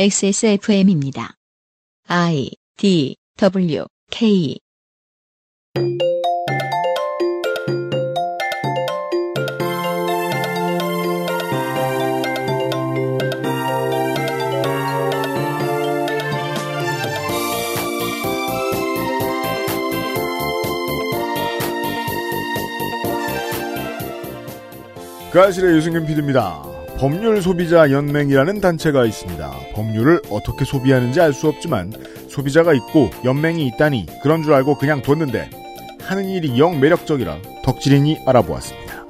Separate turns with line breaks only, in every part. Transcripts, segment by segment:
XSFM입니다. I D W K
그아실의 유승균 PD입니다. 법률 소비자 연맹이라는 단체가 있습니다. 법률을 어떻게 소비하는지 알 수 없지만 소비자가 있고 연맹이 있다니 그런 줄 알고 그냥 뒀는데 하는 일이 영 매력적이라 덕질인이 알아보았습니다.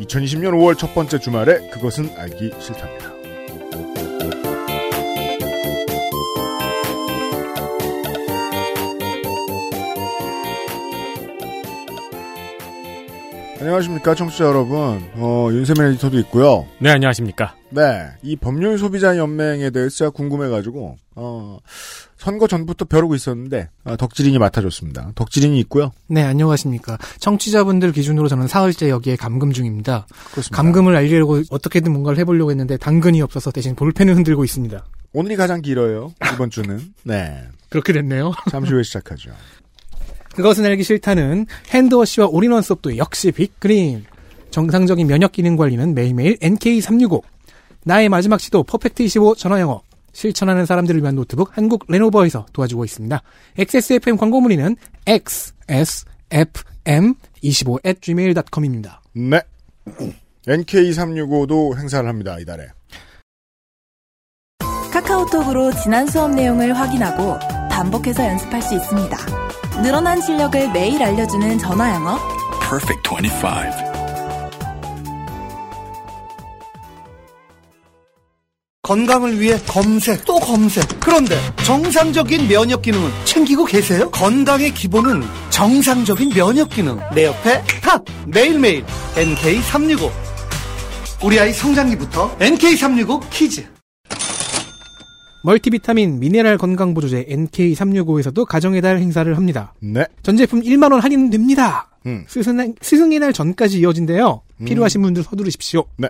2020년 5월 첫 번째 주말에 그것은 알기 싫답니다. 안녕하십니까 청취자 여러분. 어, 윤세민 에디터도 있고요.
네, 안녕하십니까.
네, 이 법률 소비자 연맹에 대해서 제가 궁금해가지고 어, 선거 전부터 벼르고 있었는데 아, 덕질인이 맡아줬습니다. 덕질인이 있고요.
네, 안녕하십니까. 청취자분들 기준으로 저는 사흘째 여기에 감금 중입니다.
그렇습니다.
감금을 알리려고 어떻게든 뭔가를 해보려고 했는데 당근이 없어서 대신 볼펜을 흔들고 있습니다.
오늘이 가장 길어요. 이번 주는 네
그렇게 됐네요.
잠시 후에 시작하죠.
그것은 알기 싫다는 핸드워시와 올인원 수업도 역시 빅그린. 정상적인 면역 기능 관리는 매일매일 NK365. 나의 마지막 시도 퍼펙트25 전화영어. 실천하는 사람들을 위한 노트북 한국 레노버에서 도와주고 있습니다. XSFM 광고 문의는 xsfm25@gmail.com입니다.
네, NK365도 행사를 합니다 이달에.
카카오톡으로 지난 수업 내용을 확인하고 반복해서 연습할 수 있습니다. 늘어난 실력을 매일 알려주는 전화 영어.
Perfect 25.
건강을 위해 검색 또 검색. 그런데 정상적인 면역 기능은 챙기고 계세요? 건강의 기본은 정상적인 면역 기능. 내 옆에 탑 매일매일 NK365. 우리 아이 성장기부터 NK365 키즈.
멀티비타민 미네랄 건강 보조제 NK365에서도 가정의 달 행사를 합니다.
네,
전 제품 1만 원 할인됩니다.
음.
스승의, 스승의 날 전까지 이어진대요. 필요하신 분들 서두르십시오.
네.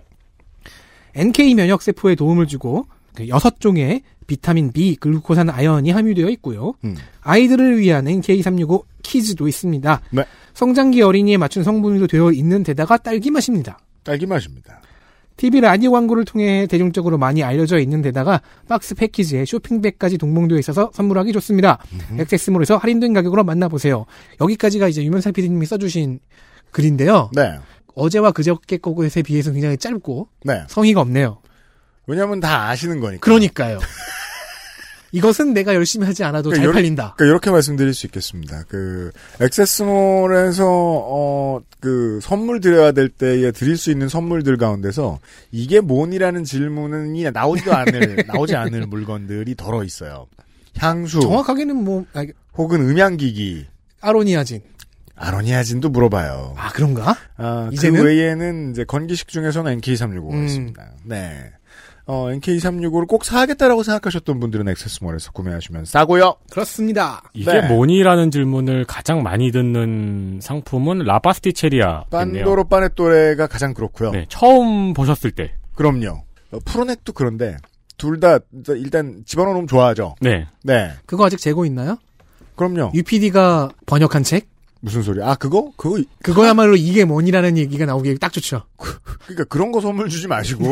NK 면역 세포에 도움을 주고 그 여섯 종의 비타민 B, 글루코산 아연이 함유되어 있고요.
음.
아이들을 위한 NK365 키즈도 있습니다.
네.
성장기 어린이에 맞춘 성분도 되어 있는 데다가 딸기 맛입니다.
딸기 맛입니다.
TV 라디오 광고를 통해 대중적으로 많이 알려져 있는 데다가 박스 패키지에 쇼핑백까지 동봉되어 있어서 선물하기 좋습니다. 액세스몰에서 할인된 가격으로 만나보세요. 여기까지가 이제 유면상 PD님이 써주신 글인데요.
네,
어제와 그저께 거에 비해서 굉장히 짧고
네.
성의가 없네요.
왜냐하면 다 아시는 거니까.
그러니까요. 이것은 내가 열심히 하지 않아도 잘
그러니까
팔린다.
그러니까 이렇게 말씀드릴 수 있겠습니다. 그 액세스몰에서 어, 그 선물 드려야 될 때에 드릴 수 있는 선물들 가운데서 이게 뭔이라는 질문이 나오지도
네.
않을 나오지 않을 물건들이 덜어 있어요. 향수
정확하게는 뭐 아,
혹은 음향기기
아로니아진.
아로니아진도 물어봐요.
아 그런가?
아,
이제는?
그 외에는 이제 건기식 중에서는 NK365가
음.
있습니다. 네. 어, NK365를 꼭 사야겠다라고 생각하셨던 분들은 액세스몰에서 구매하시면 싸고요.
그렇습니다.
이게
네.
뭐니라는 질문을 가장 많이 듣는 상품은 라파스티체리아겠네요.
빤도로 빠네또레가 가장 그렇고요.
네, 처음 보셨을 때.
그럼요. 어, 프로넥도 그런데 둘 다 일단 집어넣으면 좋아하죠.
네.
네.
그거 아직 재고 있나요?
그럼요.
UPD가 번역한 책?
무슨 소리? 아 그거? 그거 이-
그거야말로 이게 뭐니라는 얘기가 나오기 딱 좋죠.
그러니까 그런 거 선물 주지 마시고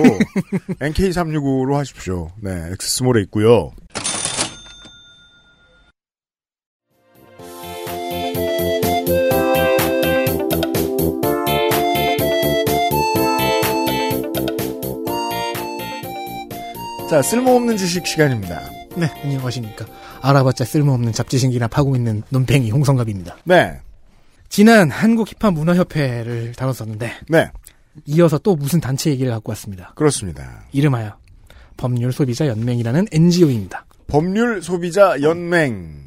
NK365로 하십시오. 네, 엑스몰에 있고요. 자, 쓸모없는 지식 시간입니다.
네, 안녕하십니까. 알아봤자 쓸모없는 잡지신기나 파고 있는 논팽이 홍성갑입니다.
네,
지난 한국 힙합 문화협회를 다뤘었는데
네,
이어서 또 무슨 단체 얘기를 갖고 왔습니다.
그렇습니다.
이름하여 법률 소비자 연맹이라는 NGO입니다.
법률 소비자 연맹.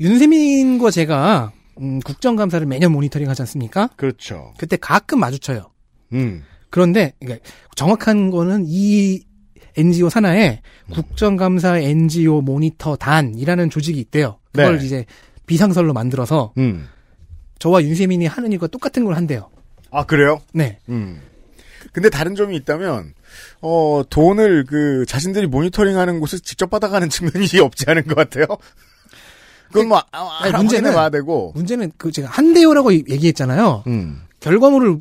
윤세민과 제가 음, 국정감사를 매년 모니터링하지 않습니까?
그렇죠.
그때 가끔 마주쳐요.
음,
그런데 그러니까 정확한 거는 이 NGO 산하에 국정감사 NGO 모니터 단이라는 조직이 있대요. 그걸
네.
이제 비상설로 만들어서
음.
저와 윤세민이 하는 일과 똑같은 걸 한대요.
아 그래요?
네.
음. 근데 다른 점이 있다면 어 돈을 그 자신들이 모니터링하는 곳을 직접 받아가는 측면이 없지 않은 것 같아요. 그건 뭐 아,
아니, 문제는-
문제는 봐야 되고.
문제는 그 제가 한대요라고 이- 얘기했잖아요.
음.
결과물을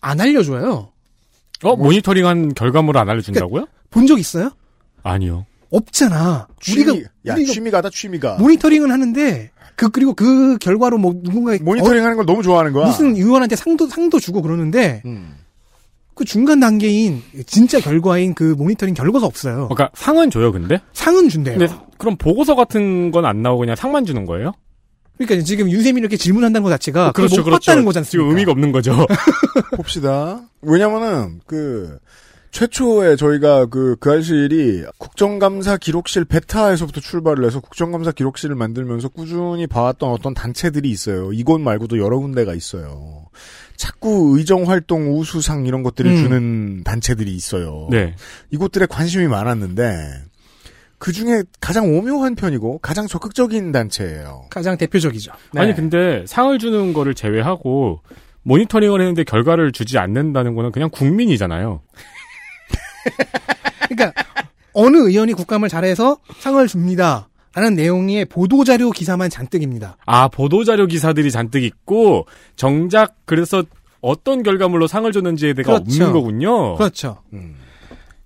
안 알려줘요. 뭐-
어, 모니터링한 결과물을 안 알려준다고요?
본 적 있어요?
아니요.
없잖아.
취미,
우리가
야
우리가
취미가다 취미가.
모니터링은 하는데 그 그리고 그 결과로 뭐 누군가
모니터링하는 걸 너무 좋아하는 거야.
무슨 의원한테 상도 상도 주고 그러는데
음.
그 중간 단계인 진짜 결과인 그 모니터링 결과가 없어요.
그러니까 상은 줘요, 근데?
상은 준대요.
근데 그럼 보고서 같은 건 안 나오고 그냥 상만 주는 거예요? 그렇죠,
그러니까 지금 윤세민이 이렇게 질문한다는 것 자체가 아, 그걸 못 봤다는 거잖습니까?
어, 지금 의미가 없는 거죠.
봅시다. 왜냐면은 그 최초에 저희가 그 그할실이 국정감사 기록실 베타에서부터 출발을 해서 국정감사 기록실을 만들면서 꾸준히 봐왔던 어떤 단체들이 있어요. 이곳 말고도 여러 군데가 있어요. 자꾸 의정 활동 우수상 이런 것들을
음.
주는 단체들이 있어요.
네.
이곳들에 관심이 많았는데 그 중에 가장 오묘한 편이고 가장 적극적인 단체예요.
가장 대표적이죠.
네.
네.
아니 근데 상을 주는 거를 제외하고 모니터링을 했는데 결과를 주지 않는다는 거는 그냥 국민이잖아요.
그러니까 어느 의원이 국감을 잘해서 상을 줍니다. 라는 내용의 보도자료 기사만 잔뜩입니다.
아 보도자료 기사들이 잔뜩 있고 정작 그래서 어떤 결과물로 상을 줬는지에 대해서
그렇죠.
없는 거군요.
그렇죠.
음.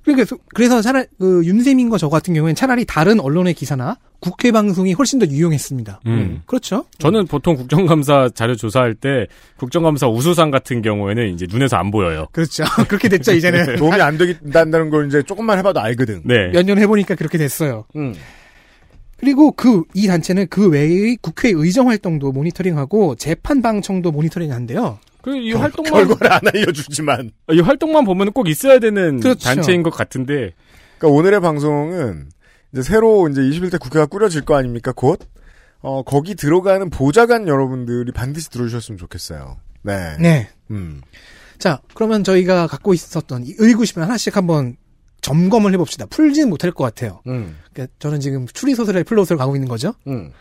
그러니까 그래서 차라리 그 윤세민과 저 같은 경우에는 차라리 다른 언론의 기사나 국회 방송이 훨씬 더 유용했습니다.
음.
그렇죠.
저는 보통 국정감사 자료 조사할 때 국정감사 우수상 같은 경우에는 이제 눈에서 안 보여요.
그렇죠. 그렇게 됐죠 이제는
도움이 안 된다는 걸 이제 조금만 해봐도 알거든.
네.
몇 년 해보니까 그렇게 됐어요.
음.
그리고 그 이 단체는 그 외의 국회 의정 활동도 모니터링하고 재판 방청도 모니터링한대요.
그 이
음,
활동만
결과를 안 알려주지만.
이 활동만 보면 꼭 있어야 되는
그렇죠.
단체인 것 같은데
그러니까 오늘의 방송은 이제 새로 이제 21대 국회가 꾸려질 거 아닙니까? 곧 어, 거기 들어가는 보좌관 여러분들이 반드시 들어주셨으면 좋겠어요. 네.
네.
음.
자, 그러면 저희가 갖고 있었던 이 의구심을 하나씩 한번 점검을 해봅시다. 풀지는 못할 것 같아요.
음.
그러니까 저는 지금 추리소설의 플롯을 가고 있는 거죠.
음.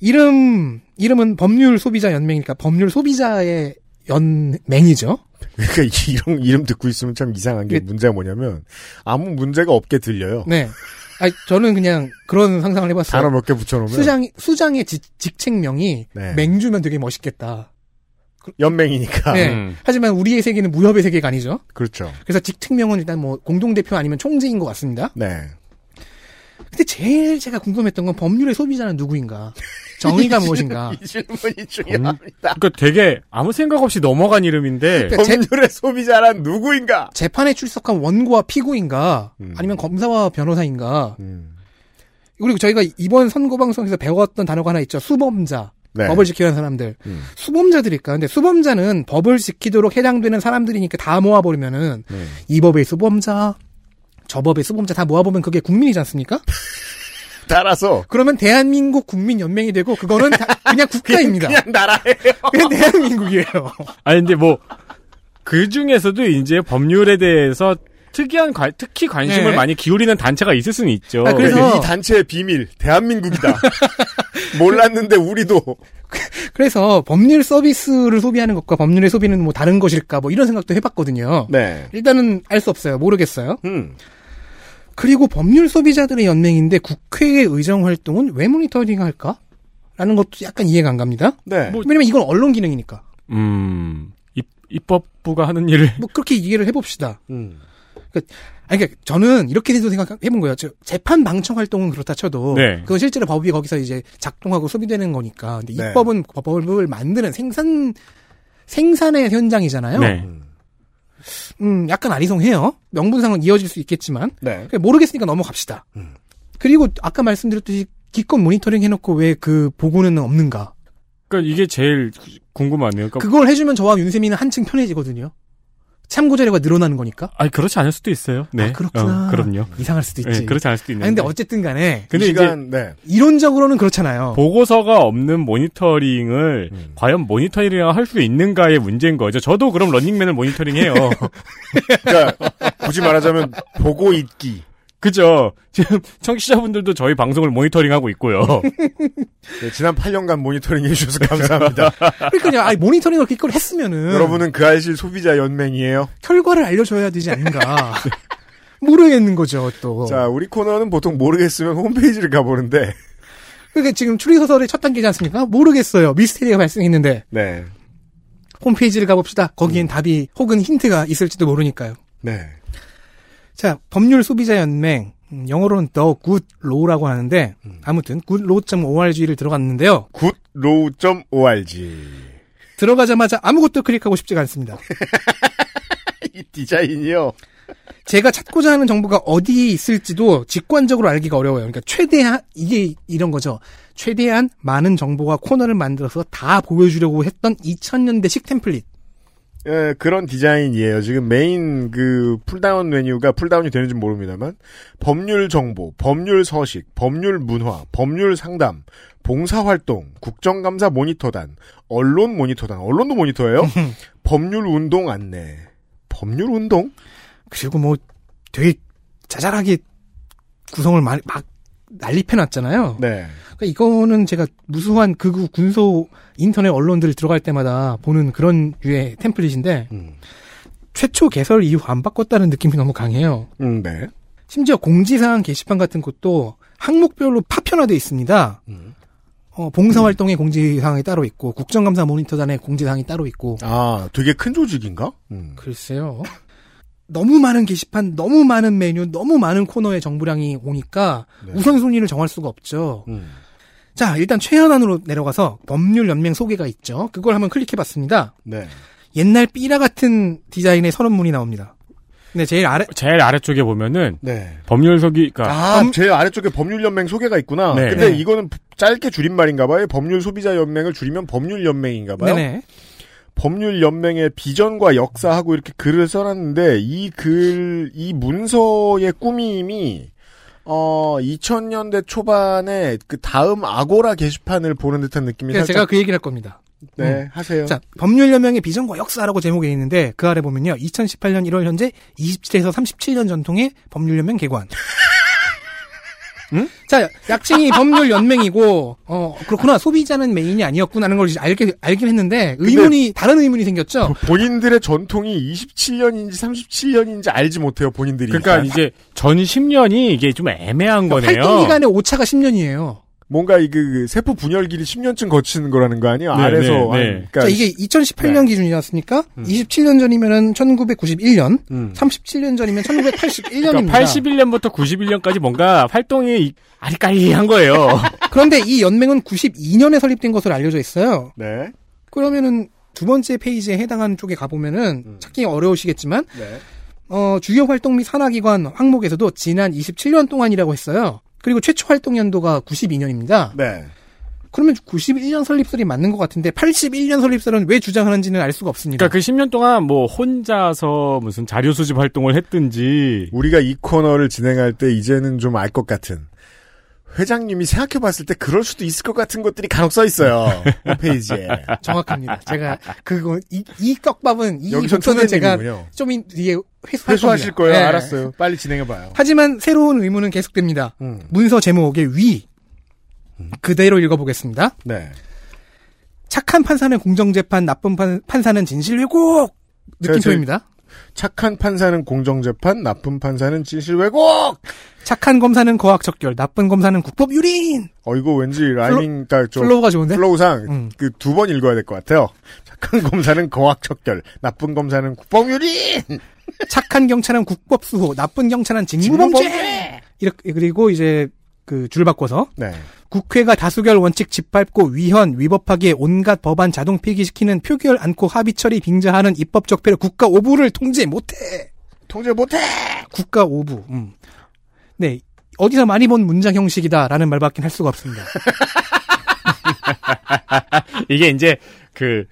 이름, 이름은 법률 소비자 연맹이니까 법률 소비자의 연맹이죠.
그러니까 이- 이런 이름 듣고 있으면 참 이상한 게
그-
문제가 뭐냐면 아무 문제가 없게 들려요.
네. 아 저는 그냥 그런 상상을 해봤어요.
단어 몇 개 붙여놓으면
수장, 수장의 지- 직책명이
네.
맹주면 되게 멋있겠다.
연맹이니까
네.
음.
하지만 우리의 세계는 무협의 세계가 아니죠.
그렇죠.
그래서 직책명은 일단 뭐 공동대표 아니면 총재인 것 같습니다.
네.
근데 제일 제가 궁금했던 건 법률의 소비자는 누구인가? 정의가 무엇인가?
이 질문이 중요합니다.
그러니까 되게 아무 생각 없이 넘어간 이름인데
그러니까 제-
법률의 소비자란 누구인가?
재판에 출석한 원고와 피고인가?
음.
아니면 검사와 변호사인가?
음.
그리고 저희가 이번 선거 방송에서 배웠던 단어가 하나 있죠. 수범자.
네.
법을 지키는 사람들.
음.
수범자들일까? 근데 수범자는 법을 지키도록 해당되는 사람들이니까 다 모아버리면은
네.
이 법의 수범자, 저 법의 수범자 다 모아보면 그게 국민이지 않습니까?
따라서
그러면 대한민국 국민연맹이 되고 그거는 다 그냥 국가입니다.
그냥 나라에
그냥 대한민국이에요.
아니 근데 뭐 그 중에서도 이제 법률에 대해서 특이한 관- 특히 관심을
네.
많이 기울이는 단체가 있을 수는 있죠.
아, 그래서-
그러니까 이 단체의 비밀 대한민국이다. 몰랐는데 우리도
그래서 법률 서비스를 소비하는 것과 법률의 소비는 뭐 다른 것일까 뭐 이런 생각도 해봤거든요.
네.
일단은 알 수 없어요. 모르겠어요.
음.
그리고 법률 소비자들의 연맹인데 국회의 의정 활동은 왜 모니터링 할까? 라는 것도 약간 이해가 안 갑니다.
네.
뭐-
왜냐면 이건 언론 기능이니까.
음 입, 입법부가 하는 일을
뭐 그렇게 이해를 해봅시다.
음.
아니, 그러니까 저는 이렇게 해서 생각해본 거예요. 즉, 재판 방청 활동은 그렇다 쳐도
네.
그건 실제로 법이 거기서 이제 작동하고 소비되는 거니까. 근데
네.
입법은 법을 만드는 생산 생산의 현장이잖아요.
네.
음, 약간 아리송해요. 명분상은 이어질 수 있겠지만
네.
그냥 모르겠으니까 넘어갑시다.
음.
그리고 아까 말씀드렸듯이 기껏 모니터링 해놓고 왜 그 보고는 없는가?
그러니까 이게 제일 궁금하네요. 그러니까
그걸 해주면 저와 윤세민은 한층 편해지거든요. 참고 자료가 늘어나는 거니까
아니 그렇지 않을 수도 있어요. 네.
아, 그렇구나.
어, 그럼요.
이상할 수도 있지.
네, 그렇지 않을 수도
아니,
있는데.
근데 어쨌든 간에
근데
이
이제
시간, 네.
이론적으로는 그렇잖아요.
보고서가 없는 모니터링을
음.
과연 모니터링이라 할 수 있는가의 문제인 거죠. 저도 그럼 런닝맨을 모니터링해요.
그러니까 굳이 말하자면 보고 있기.
그죠? 지금 청취자분들도 저희 방송을 모니터링하고 있고요.
네, 지난 8년간 모니터링 해주셔서 감사합니다.
그러니까 아니 모니터링을 그렇게 그걸 했으면은
여러분은 그 알실 소비자 연맹이에요.
결과를 알려줘야 되지 않는가
네.
모르겠는 거죠 또.
자, 우리 코너는 보통 모르겠으면 홈페이지를 가보는데,
그게 그러니까 지금 추리소설의 첫 단계지 않습니까? 모르겠어요. 미스테리가 발생했는데
네,
홈페이지를 가봅시다. 거기엔 답이 혹은 힌트가 있을지도 모르니까요.
네,
자, 법률 소비자 연맹 음, 영어로는 The Good Law라고 하는데 아무튼 goodlaw.org를 들어갔는데요.
goodrow.org
들어가자마자 아무것도 클릭하고 싶지가 않습니다.
이 디자인이요.
제가 찾고자 하는 정보가 어디에 있을지도 직관적으로 알기가 어려워요. 그러니까 최대한 이게 이런 거죠. 최대한 많은 정보와 코너를 만들어서 다 보여주려고 했던 2000년대식 템플릿.
예, 그런 디자인이에요. 지금 메인 그 풀다운 메뉴가 풀다운이 되는지 모릅니다만 법률 정보, 법률 서식, 법률 문화, 법률 상담, 봉사 활동, 국정감사 모니터단, 언론 모니터단, 언론도 모니터예요. 법률 운동 안내. 법률 운동?
그리고 뭐 되게 자잘하게 구성을 마- 막 난립해놨잖아요.
네.
그러니까 이거는 제가 무수한 극우 군소 인터넷 언론들 들어갈 때마다 보는 그런 유의 템플릿인데
음.
최초 개설 이후 안 바꿨다는 느낌이 너무 강해요.
음, 네.
심지어 공지사항 게시판 같은 것도 항목별로 파편화돼 있습니다. 어, 봉사활동의 공지사항이 따로 있고 국정감사 모니터단의 공지사항이 따로 있고
아, 되게 큰 조직인가? 음.
글쎄요. 너무 많은 게시판, 너무 많은 메뉴, 너무 많은 코너의 정보량이 오니까
네.
우선순위를 정할 수가 없죠.
음.
자, 일단 최현안으로 내려가서 법률연맹 소개가 있죠. 그걸 한번 클릭해봤습니다.
네.
옛날 삐라 같은 디자인의 선언문이 나옵니다. 근데 제일 아래
제일 아래쪽에 보면은
네.
법률 서기, 그러니까, 그니까
아, 제 아래쪽에 법률연맹 소개가 있구나.
네.
근데
음. 네.
이거는 짧게 줄임말인가 봐요. 법률 소비자 연맹을 줄이면 법률연맹인가 봐요.
네네.
법률연맹의 비전과 역사하고 이렇게 글을 써놨는데 이 글, 이 문서의 꾸밈이 어 2000년대 초반에 그 다음 아고라 게시판을 보는 듯한 느낌이
그래서
살짝
제가 그 얘기를 할 겁니다.
네
음.
하세요.
자, 법률연맹의 비전과 역사라고 제목에 있는데 그 아래 보면요. 2018년 1월 현재 27에서 37년 전통의 법률연맹 개관. 자, 약칭이 법률연맹이고 어, 그렇구나. 소비자는 메인이 아니었구나 하는 걸 이제 알게 알긴 했는데 의문이 다른 의문이 생겼죠.
본인들의 전통이 27년인지 37년인지 알지 못해요 본인들이.
그러니까 이제 전 10년이 이게 좀 애매한 거네요.
그러니까 활동 기간의 오차가 10년이에요.
뭔가 이그 세포 분열기를 10년쯤 거치는 거라는 거 아니에요?
네,
아래서
네,
한-
네.
그러니까
자, 이게 2018년 기준이었으니까 27년 전이면은 1991년,
음.
37년 전이면 1981년입니다.
그러니까 81년부터 91년까지 뭔가 활동이 이- 아리까리한 거예요.
그런데 이 연맹은 92년에 설립된 것으로 알려져 있어요.
네.
그러면은 두 번째 페이지에 해당하는 쪽에 가보면은 찾기 어려우시겠지만
음. 네.
어, 주요 활동 및 산하기관 항목에서도 지난 27년 동안이라고 했어요. 그리고 최초 활동 연도가 92년입니다.
네.
그러면 91년 설립설이 맞는 것 같은데 81년 설립설은 왜 주장하는지는 알 수가 없습니다.
그러니까 그 10년 동안 뭐 혼자서 무슨 자료 수집 활동을 했든지
우리가 이 코너를 진행할 때 이제는 좀 알 것 같은 회장님이 생각해봤을 때 그럴 수도 있을 것 같은 것들이 간혹 써 있어요 홈페이지에
아,
정확합니다. 제가 그거 이, 이 떡밥은 이
여기선
부분은 제가
초대님이군요.
좀 이- 뒤에 회수할
회수하실 거예요
겁니다. 네.
알았어요 빨리 진행해봐요
하지만 새로운 의문은 계속됩니다.
음.
문서 제목의 위 그대로 읽어보겠습니다.
네
착한 판사는 공정재판, 나쁜 판, 판사는 진실왜곡! 느낌표입니다.
착한 판사는 공정재판 나쁜 판사는 진실왜곡
착한 검사는 거학적결, 나쁜 검사는 국법유린!
어 이거 왠지 라이밍 그러니까 좀
플로우가 좋은데?
플로우상
음.
그 두 번 읽어야 될 것 같아요 착한 검사는 거학척결 나쁜 검사는 국법유린
착한 경찰은 국법수호, 나쁜 경찰은 직무범죄! 이렇게, 그리고 이제 그 줄 바꿔서
네
국회가 다수결 원칙 짓밟고 위헌, 위법하기에 온갖 법안 자동 폐기시키는 표결 않고 합의 처리 빙자하는 입법적폐를 국가 오부를 통제 못해!
통제 못해
국가 오부. 음. 네. 어디서 많이 본 문장 형식이다라는 말밖에 할 수가 없습니다.
이게 이제 그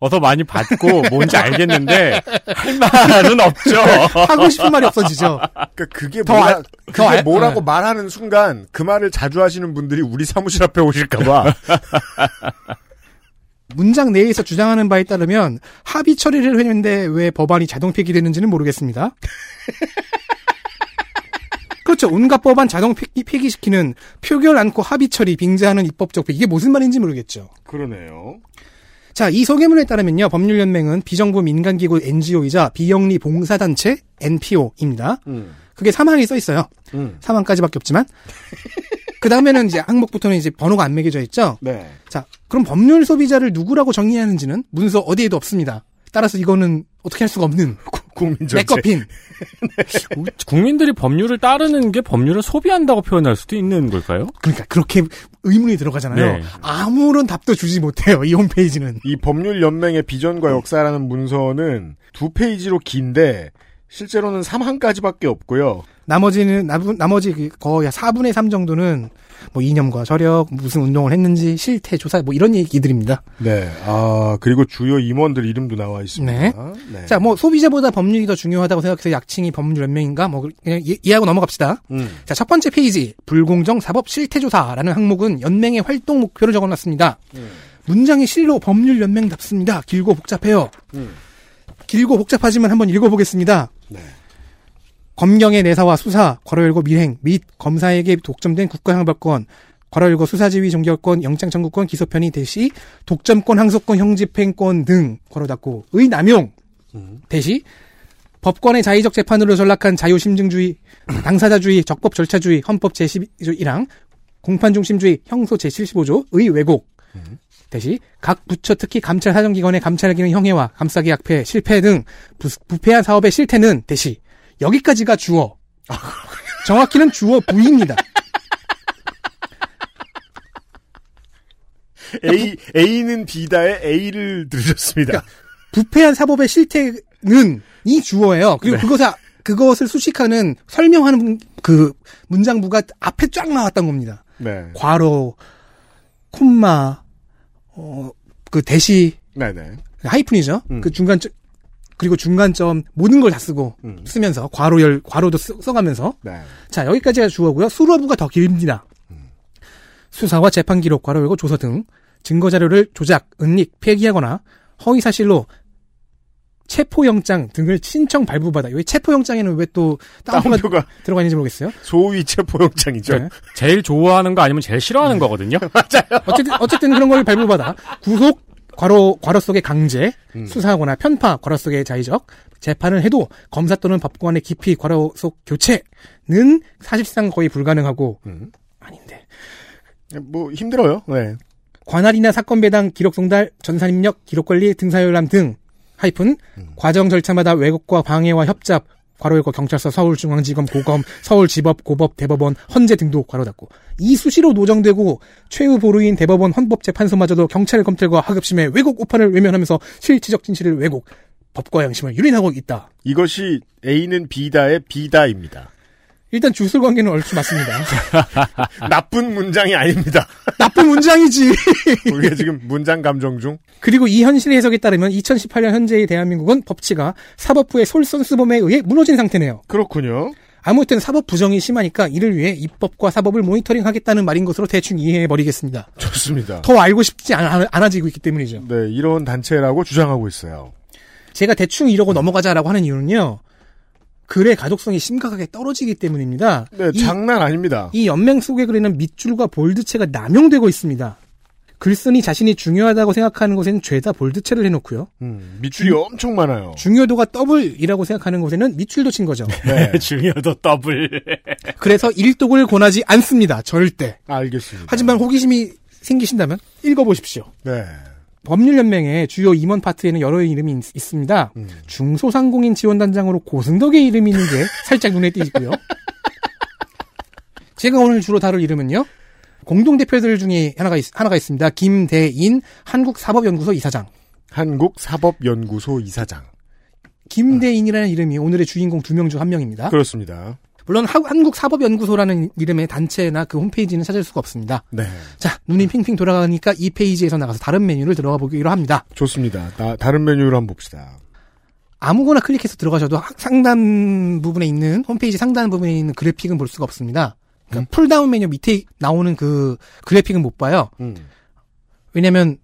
어서 많이 받고 뭔지 알겠는데 할 말은 없죠.
하고 싶은 말이 없어지죠.
그러니까 그게
더
뭐라,
알-
그게
더 알-
뭐라고
네.
말하는 순간 그 말을 자주 하시는 분들이 우리 사무실 앞에 오실까봐
문장 내에서 주장하는 바에 따르면 합의 처리를 했는데 왜 법안이 자동 폐기되는지는 모르겠습니다. 그렇죠. 온갖 법안 자동 폐기, 폐기시키는 표결 않고 합의 처리 빙자하는 입법적 폐기. 이게 무슨 말인지 모르겠죠.
그러네요.
자, 이 소개문에 따르면요. 법률연맹은 비정부 민간기구 NGO이자 비영리 봉사단체 NPO입니다. 그게 사망이 써 있어요.
음.
사망까지밖에 없지만. 그 다음에는 이제 항목부터는 이제 번호가 안 매겨져 있죠.
네.
자, 그럼 법률 소비자를 누구라고 정의하는지는 문서 어디에도 없습니다. 따라서 이거는 어떻게 할 수가 없는
국민 전체.
백커핀.
국민들이 법률을 따르는 게 법률을 소비한다고 표현할 수도 있는 걸까요?
그러니까 그렇게 의문이 들어가잖아요.
네.
아무런 답도 주지 못해요. 이 홈페이지는.
이 법률 연맹의 비전과 역사라는 문서는 두 페이지로 긴데 실제로는 3항까지밖에 없고요.
나머지는 나부- 나머지 그 거의 4분의 3 정도는 뭐 이념과 저력, 무슨 운동을 했는지 실태 조사 뭐 이런 얘기들입니다.
네. 아, 그리고 주요 임원들 이름도 나와 있습니다.
네.
네.
자, 뭐 소비자보다 법률이 더 중요하다고 생각해서 약칭이 법률 연맹인가 뭐 그냥 이- 이해하고 넘어갑시다.
음.
자, 첫 번째 페이지 불공정 사법 실태 조사라는 항목은 연맹의 활동 목표를 적어놨습니다.
음.
문장이 실로 법률 연맹답습니다. 길고 복잡해요.
음.
길고 복잡하지만 한번 읽어보겠습니다.
네.
검경의 내사와 수사, 괄호 열고 밀행 및 검사에게 독점된 국가형벌권, 괄호 열고 수사지휘 종결권, 영장 청구권, 기소편의 대시, 독점권, 항소권, 형집행권 등 괄호 닫고의 남용 대시 법권의 자의적 재판으로 전락한 자유심증주의, 당사자주의, 적법 절차주의, 헌법 제11항, 공판중심주의, 형소 제75조의 왜곡. 대시 각 부처 특히 감찰 사정기관의 감찰 기능 형해와 감싸기 약패 실패 등 부, 부패한 사업의 실태는 대시 여기까지가 주어 정확히는 주어 부입니다.
A, A는 B다의 A를 들으셨습니다.
부패한 사법의 실태는 이 주어예요. 그리고 그것을 아- 그것을 수식하는 설명하는 그 문장부가 앞에 쫙 나왔던 겁니다.
네.
괄호, 콤마, 어, 그 대시,
네네.
하이픈이죠.
음.
그 중간점, 그리고 중간점 모든 걸 다 쓰고
음.
쓰면서 괄호 열, 괄호도 쓰- 써가면서
네.
자 여기까지가 주어고요. 수로부가 더 길입니다.
음.
수사와 재판 기록, 괄호 열고 조서 등 증거 자료를 조작, 은닉, 폐기하거나 허위 사실로 체포 영장 등을 신청 발부받아. 여기 체포 영장에는 왜 또 다운표가
따옴표가
들어가 있는지 모르겠어요.
소위 체포영장이죠.
네.
제일 좋아하는 거 아니면 제일 싫어하는 거거든요.
어쨌든, 어쨌든 그런 걸 발부받아. 구속, 괄호, 괄호 속의 강제, 수사하거나 편파, 괄호 속의 자의적, 재판을 해도 검사 또는 법관의 깊이 괄호 속 교체는 사실상 거의 불가능하고,
음.
아닌데.
뭐 힘들어요. 네.
관할이나 사건 배당, 기록 송달, 전산 입력, 기록 관리, 등사열람 등, 하이픈, 과정 절차마다 왜곡과 방해와 협잡, 괄호 열고 경찰서, 서울중앙지검, 고검, 서울지법, 고법, 대법원, 헌재 등도 괄호 닫고 이 수시로 노정되고 최후 보루인 대법원 헌법재판소마저도 경찰 검찰과 하급심에 왜곡 오판을 외면하면서 실질적 진실을 왜곡, 법과 양심을 유린하고 있다.
이것이 A는 B다의 B다입니다.
일단 주술 관계는 얼추 맞습니다.
나쁜 문장이 아닙니다.
나쁜 문장이지.
우리가 지금 문장 감정 중.
그리고 이 현실의 해석에 따르면 2018년 현재의 대한민국은 법치가 사법부의 솔선수범에 의해 무너진 상태네요.
그렇군요.
아무튼 사법 부정이 심하니까 이를 위해 입법과 사법을 모니터링하겠다는 말인 것으로 대충 이해해버리겠습니다.
좋습니다.
더 알고 싶지 않- 않아지고 있기 때문이죠.
네, 이런 단체라고 주장하고 있어요.
제가 대충 이러고 넘어가자라고 하는 이유는요. 글의 가독성이 심각하게 떨어지기 때문입니다.
네,
이-
장난 아닙니다.
이 연맹 속의 글에는 밑줄과 볼드체가 남용되고 있습니다. 글쓴이 자신이 중요하다고 생각하는 것에는 죄다 볼드체를 해놓고요.
음, 밑줄이 엄청 많아요.
중요도가 더블이라고 생각하는 곳에는 밑줄도 친 거죠.
네,
중요도 더블.
그래서 일독을 권하지 않습니다. 절대.
알겠습니다.
하지만 호기심이 생기신다면 읽어보십시오.
네,
법률연맹의 주요 임원 파트에는 여러 이름이 있, 습니다 중소상공인 지원단장으로 고승덕의 이름이 있는 게 살짝 눈에 띄고요. 제가 오늘 주로 다룰 이름은요. 공동대표들 중에 하나가, 있, 하나가 있습니다. 김대인 한국사법연구소 이사장.
한국사법연구소 이사장
김대인이라는 이름이 오늘의 주인공 두 명 중 한 명입니다.
그렇습니다.
물론 하- 한국사법연구소라는 이름의 단체나 그 홈페이지는 찾을 수가 없습니다.
네,
자, 눈이 핑핑 돌아가니까 이 페이지에서 나가서 다른 메뉴를 들어가 보기로 합니다.
좋습니다. 다, 다른 메뉴를 한번 봅시다.
아무거나 클릭해서 들어가셔도 하- 상단 부분에 있는 홈페이지 상단 부분에 있는 그래픽은 볼 수가 없습니다.
음.
그러니까 풀다운 메뉴 밑에 나오는 그 그래픽은 못 봐요.
음,
왜냐면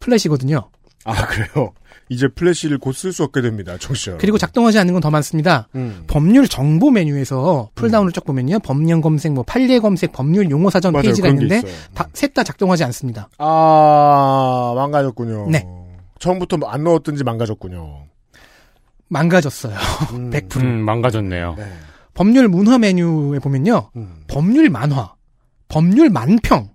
플래시거든요.
아 그래요. 이제 플래시를 곧 쓸 수 없게 됩니다. 정신.
그리고 작동하지 않는 건 더 많습니다.
음.
법률 정보 메뉴에서 풀다운을 쭉 보면요. 법령 검색, 뭐 판례 검색, 법률 용어 사전
맞아요.
페이지가
그런 게
있는데
있어요.
셋 다 작동하지 않습니다.
아 망가졌군요.
네.
처음부터 뭐안 넣었든지 망가졌군요.
망가졌어요.
음.
100%.
음, 망가졌네요.
네.
법률 문화 메뉴에 보면요.
음.
법률 만화, 법률 만평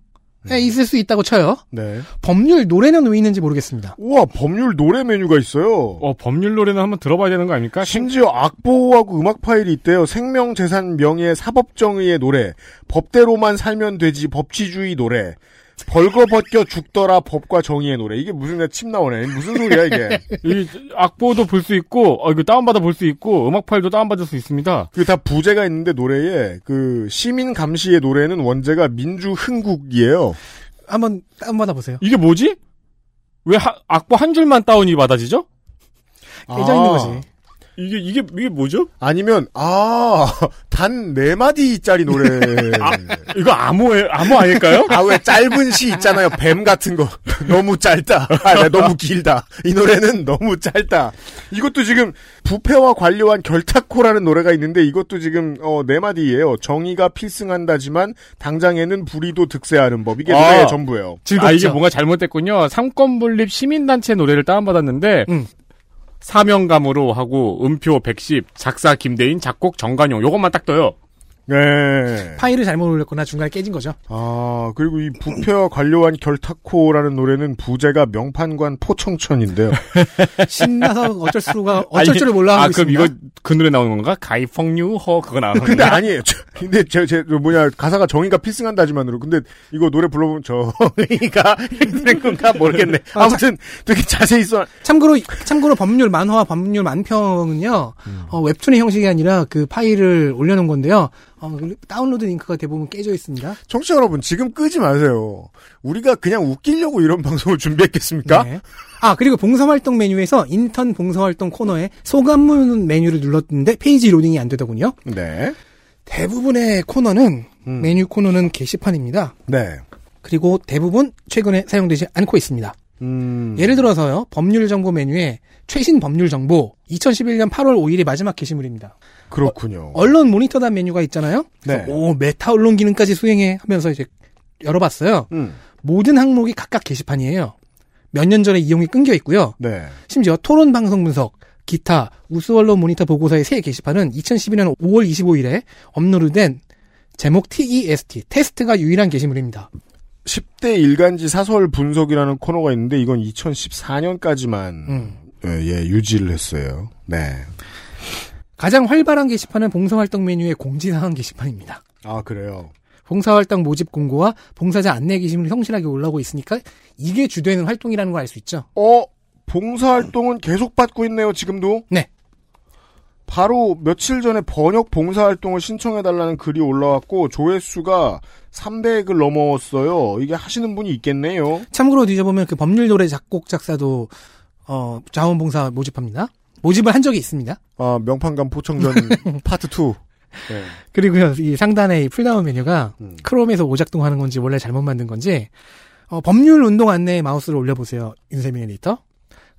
음.
에 있을 수 있다고 쳐요.
네.
법률 노래는 왜 있는지 모르겠습니다.
우와 법률 노래 메뉴가 있어요.
어, 법률 노래는 한번 들어봐야 되는 거 아닙니까?
심지어 악보하고 음악 파일이 있대요. 생명, 재산, 명예, 사법정의의 노래, 법대로만 살면 되지 법치주의 노래, 벌거벗겨 죽더라 법과 정의의 노래. 이게 무슨 내가 침 나오네. 무슨 소리야 이게?
이 악보도 볼 수 있고, 어, 이거 다운받아 볼 수 있고, 음악 파일도 다운받을 수 있습니다.
그 다 부제가 있는데 노래에 그 시민 감시의 노래는 원제가 민주 흥국이에요.
한번 다운받아 보세요.
이게 뭐지? 왜 하- 악보 한 줄만 다운이 받아지죠?
깨져
아.
있는 거지.
이게, 이게, 이게 뭐죠?
아니면 아단 네 마디짜리 노래.
이거 암호에, 암호 아닐까요?
아 왜 짧은 시 있잖아요 뱀 같은 거 너무 짧다 아 나 너무 길다 이 노래는 너무 짧다 이것도 지금 부패와 관료한 결탁코라는 노래가 있는데 이것도 지금 어, 네 마디예요 정의가 필승한다지만 당장에는 불의도 득세하는 법 이게
아.
노래의 전부예요
아, 이게 뭔가 잘못됐군요. 삼권분립 시민단체 노래를 다운받았는데,
음.
사명감으로 하고, 음표 110, 작사 김대인, 작곡 정관용, 요것만 딱 떠요.
네.
파일을 잘못 올렸거나 중간에 깨진 거죠.
아 그리고 이 부패와 관료한 결탁코라는 노래는 부제가 명판관 포청천인데요
신나서 어쩔 수가 어쩔 줄을 몰라 하고
아, 그럼
있습니다.
이거 그 노래 나오는 건가? 가이펑유허 그거 나오는
근데
건가?
아니에요. 저- 근데 제, 제, 저 뭐냐, 가사가 정의가 필승한다지만으로. 근데 이거 노래 불러보면 정의가 힘든 건가 모르겠네.
아,
아무튼 되게 자세히 써.
참고로 참고로 법률 만화와 법률 만평은요
음.
어, 웹툰의 형식이 아니라 그 파일을 올려놓은 건데요 어, 다운로드 링크가 대부분 깨져 있습니다.
청취자 여러분, 지금 끄지 마세요. 우리가 그냥 웃기려고 이런 방송을 준비했겠습니까?
그러니까?
네. 아 그리고 봉사활동 메뉴에서 인턴 봉사활동 코너에 소감문 메뉴를 눌렀는데 페이지 로딩이 안 되더군요.
네.
대부분의 코너는
음.
메뉴 코너는 게시판입니다.
네.
그리고 대부분 최근에 사용되지 않고 있습니다.
음.
예를 들어서요 법률 정보 메뉴에 최신 법률 정보 2011년 8월 5일이 마지막 게시물입니다.
그렇군요.
언론 모니터단 메뉴가 있잖아요.
네.
그래서 오 메타 언론 기능까지 수행해 하면서 이제 열어봤어요.
음.
모든 항목이 각각 게시판이에요. 몇 년 전에 이용이 끊겨 있고요.
네.
심지어 토론 방송 분석, 기타, 우수 언론 모니터 보고서의 새 게시판은 2012년 5월 25일에 업로드된 제목 TEST 테스트가 유일한 게시물입니다.
10대 일간지 사설 분석이라는 코너가 있는데 이건 2014년까지만
음.
예, 유지를 했어요. 네.
가장 활발한 게시판은 봉사활동 메뉴의 공지사항 게시판입니다.
아 그래요.
봉사활동 모집 공고와 봉사자 안내 게시물이 성실하게 올라오고 있으니까 이게 주되는 활동이라는 걸 알 수 있죠.
어, 봉사활동은 계속 받고 있네요, 지금도?
네.
바로 며칠 전에 번역 봉사활동을 신청해달라는 글이 올라왔고, 조회수가 300을 넘었어요. 이게 하시는 분이 있겠네요.
참고로 뒤져보면 그 법률 노래 작곡 작사도 어, 자원봉사 모집합니다. 모집을 한 적이 있습니다.
아, 명판감 포청전 파트 2. 네.
그리고요 이 상단에 이 풀다운 메뉴가
음.
크롬에서 오작동하는 건지 원래 잘못 만든 건지 어, 법률 운동 안내에 마우스를 올려보세요 윤세민 에디터.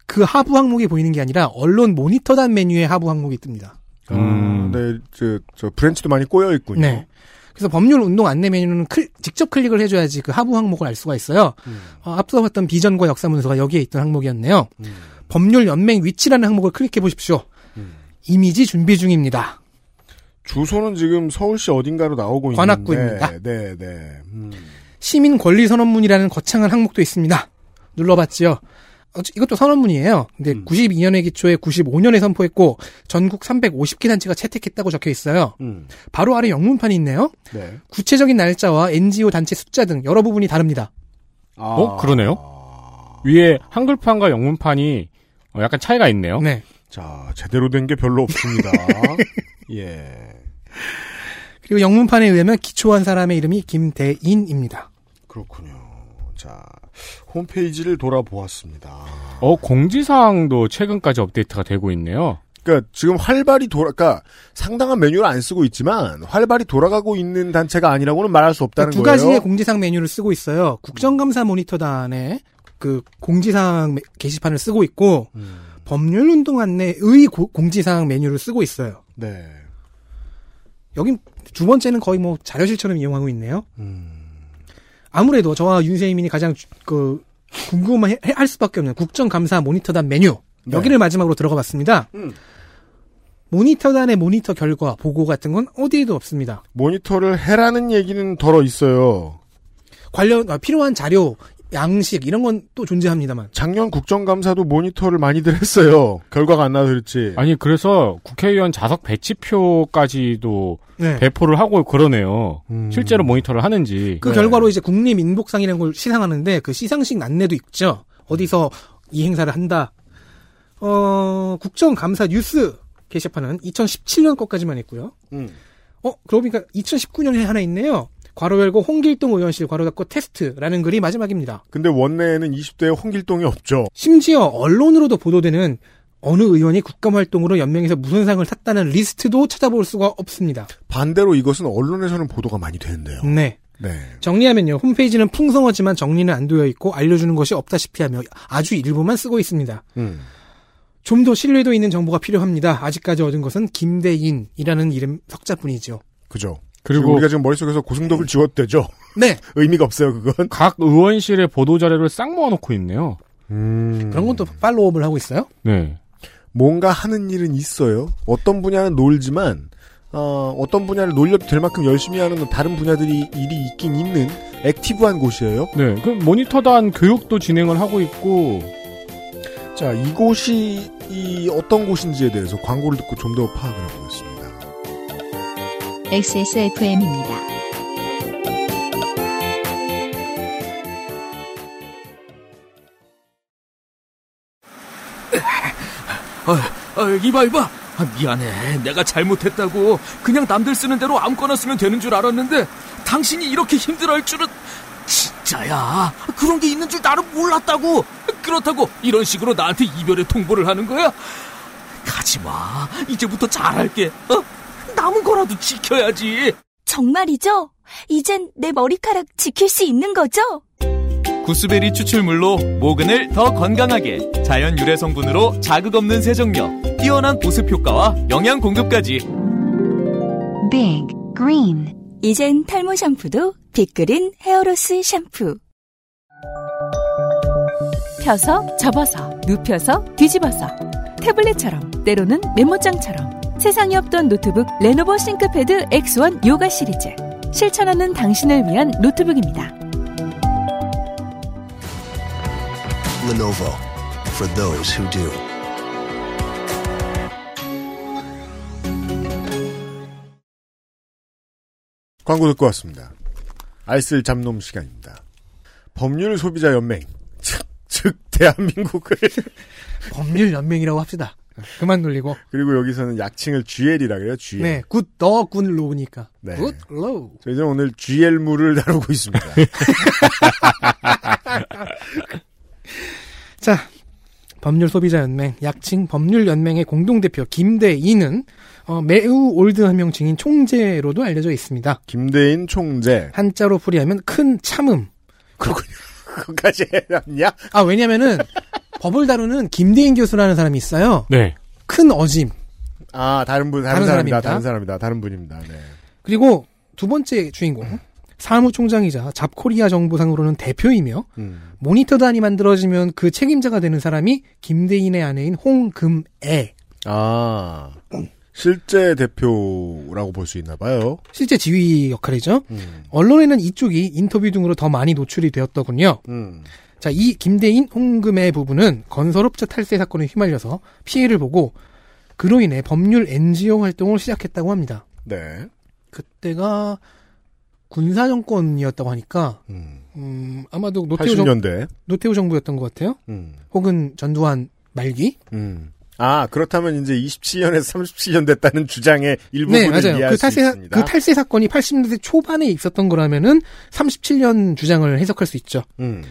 그 하부 항목이 보이는 게 아니라 언론 모니터단 메뉴에 하부 항목이 뜹니다.
음.
네, 저, 저 브랜치도 많이 꼬여있군요.
네. 그래서 법률 운동 안내 메뉴는 클- 직접 클릭을 해줘야지 그 하부 항목을 알 수가 있어요.
음.
어, 앞서 봤던 비전과 역사 문서가 여기에 있던 항목이었네요.
음.
법률 연맹 위치라는 항목을 클릭해 보십시오. 이미지 준비 중입니다.
주소는 지금 서울시 어딘가로 나오고
관악구입니다.
있는데. 네, 네. 음.
시민 권리 선언문이라는 거창한 항목도 있습니다. 눌러봤지요. 어, 이것도 선언문이에요. 근데
음.
92년에 기초해 95년에 선포했고 전국 350개 단체가 채택했다고 적혀 있어요.
음.
바로 아래 영문판이 있네요.
네.
구체적인 날짜와 NGO 단체 숫자 등 여러 부분이 다릅니다.
아.
어, 그러네요. 위에 한글판과 영문판이 어, 약간 차이가 있네요.
네.
아, 자, 제대로 된 게 별로 없습니다. 예.
그리고 영문판에 의하면 기초한 사람의 이름이 김대인입니다. 그러니까
그렇군요. 자, 홈페이지를 돌아보았습니다.
어, 공지사항도 최근까지 업데이트가 되고 있네요.
그러니까 지금 활발히 돌아, 그러니까 상당한 메뉴를 안 쓰고 있지만 활발히 돌아가고 있는 단체가 아니라고는 말할 수 없다는
두
거예요.
가지의 공지사항 메뉴를 쓰고 있어요. 국정감사 모니터단에 그 공지사항 메- 게시판을 쓰고 있고
음.
법률 운동 안내의 고- 공지사항 메뉴를 쓰고 있어요.
네.
여긴 두 번째는 거의 뭐 자료실처럼 이용하고 있네요.
음.
아무래도 저와 윤세이민이 가장 주- 그 궁금해 할 수밖에 없는 국정감사 모니터단 메뉴
네. 음.
여기를 마지막으로 들어가 봤습니다. 모니터단의 모니터 결과 보고 같은 건 어디에도 없습니다.
모니터를 해라는 얘기는 덜어 있어요.
관련 아, 필요한 자료, 양식 이런 건 또 존재합니다만
작년 국정감사도 모니터를 많이들 했어요. 결과가 안 나서 그렇지.
네.
아니 그래서 국회의원 자석 배치표까지도
네.
배포를 하고 그러네요.
음.
실제로 모니터를 하는지.
그
네.
결과로 이제 국립인복상이라는 걸 시상하는데 그 시상식 안내도 있죠. 어디서 이 행사를 한다. 어, 국정감사 뉴스 게시판은 2017년 것까지만 있고요.
음.
어, 그러고 보니까 2019년에 하나 있네요. 괄호 열고 홍길동 의원실 괄호 닫고 테스트라는 글이 마지막입니다.
근데 원내에는 20대의 홍길동이 없죠.
심지어 언론으로도 보도되는 어느 의원이 국감활동으로 연맹에서 무슨 상을 탔다는 리스트도 찾아볼 수가 없습니다.
반대로 이것은 언론에서는 보도가 많이 되는데요.
음.
네.
네.
정리하면요. 홈페이지는 풍성하지만 정리는 안 되어 있고 알려주는 것이 없다시피 하며 아주 일부만 쓰고 있습니다.
음.
좀 더 신뢰도 있는 정보가 필요합니다. 아직까지 얻은 것은 김대인이라는 이름 석자뿐이죠.
그죠.
그리고-
지금 우리가 지금 머릿속에서 고승덕을 지웠대죠.
네.
의미가 없어요, 그건.
각 의원실의 보도 자료를 싹 모아놓고 있네요.
그런 것도 팔로우업을 하고 있어요.
네.
음. 뭔가 하는 일은 있어요. 어떤 분야는 놀지만 어, 어떤 분야를 놀려도 될 만큼 열심히 하는 건 다른 분야들이 일이 있긴 있는 액티브한 곳이에요.
네. 그 모니터단 교육도 진행을 하고 있고
자, 이곳이 이 어떤 곳인지에 대해서 광고를 듣고 좀 더 파악을 해보겠습니다.
XSFM입니다.
아, 이봐 이봐 아, 미안해 내가 잘못했다고 그냥 남들 쓰는 대로 아무거나 쓰면 되는 줄 알았는데 당신이 이렇게 힘들어할 줄은 진짜야 그런 게 있는 줄 나는 몰랐다고 그렇다고 이런 식으로 나한테 이별의 통보를 하는 거야 가지마 이제부터 잘할게 어? 남은 거라도 지켜야지
정말이죠? 이젠 내 머리카락 지킬 수 있는 거죠?
구스베리 추출물로 모근을 더 건강하게 자연 유래 성분으로 자극 없는 세정력 뛰어난 보습 효과와 영양 공급까지
Big Green 이젠 탈모 샴푸도 빅그린 헤어로스 샴푸
펴서 접어서 눕혀서 뒤집어서 태블릿처럼 때로는 메모장처럼 세상에 없던 노트북 레노버 싱크패드 X1 요가 시리즈 실천하는 당신을 위한 노트북입니다.
Lenovo for those who do.
광고 듣고 왔습니다. 알쓸 잡놈 시간입니다. 법률 소비자 연맹 즉, 즉 대한민국을
법률 연맹이라고 합시다. 그만 놀리고.
그리고 여기서는 약칭을 GL이라 그래요. GL.
네. 굿더 굿로우니까.
네.
굿로우.
저희는 오늘 GL무를 다루고 있습니다.
자, 법률 소비자 연맹, 약칭 법률 연맹의 공동 대표 김대인은 어, 매우 올드한 명칭인 총재로도 알려져 있습니다.
김대인 총재.
한자로 풀이하면 큰 참음.
그렇군요. 그까지 해놨냐?
아 왜냐면은 법을 다루는 김대인 교수라는 사람이 있어요.
네.
큰 어짐.
아, 다른 분, 다른,
다른
사람이다.
사람입니다.
다른 사람이다. 다른 분입니다. 네.
그리고 두 번째 주인공 사무총장이자 잡코리아 정부상으로는 대표이며
음.
모니터단이 만들어지면 그 책임자가 되는 사람이 김대인의 아내인 홍금애.
아. 실제 대표라고 볼 수 있나 봐요.
실제 지휘 역할이죠.
음.
언론에는 이쪽이 인터뷰 등으로 더 많이 노출이 되었더군요.
음.
자, 이 김대인 홍금의 부부는 건설업자 탈세 사건에 휘말려서 피해를 보고 그로 인해 법률 NGO 활동을 시작했다고 합니다.
네.
그때가 군사 정권이었다고 하니까
음.
음, 아마도 노태우, 정,
80년대.
노태우 정부였던 것 같아요.
음.
혹은 전두환 말기?
음. 아, 그렇다면 이제 27년에서 37년 됐다는 주장의 일부분을
네, 맞아요.
이해할
그
수
탈세, 사-
있습니다.
그 탈세 사건이 80년대 초반에 있었던 거라면은 37년 주장을 해석할 수 있죠.
음.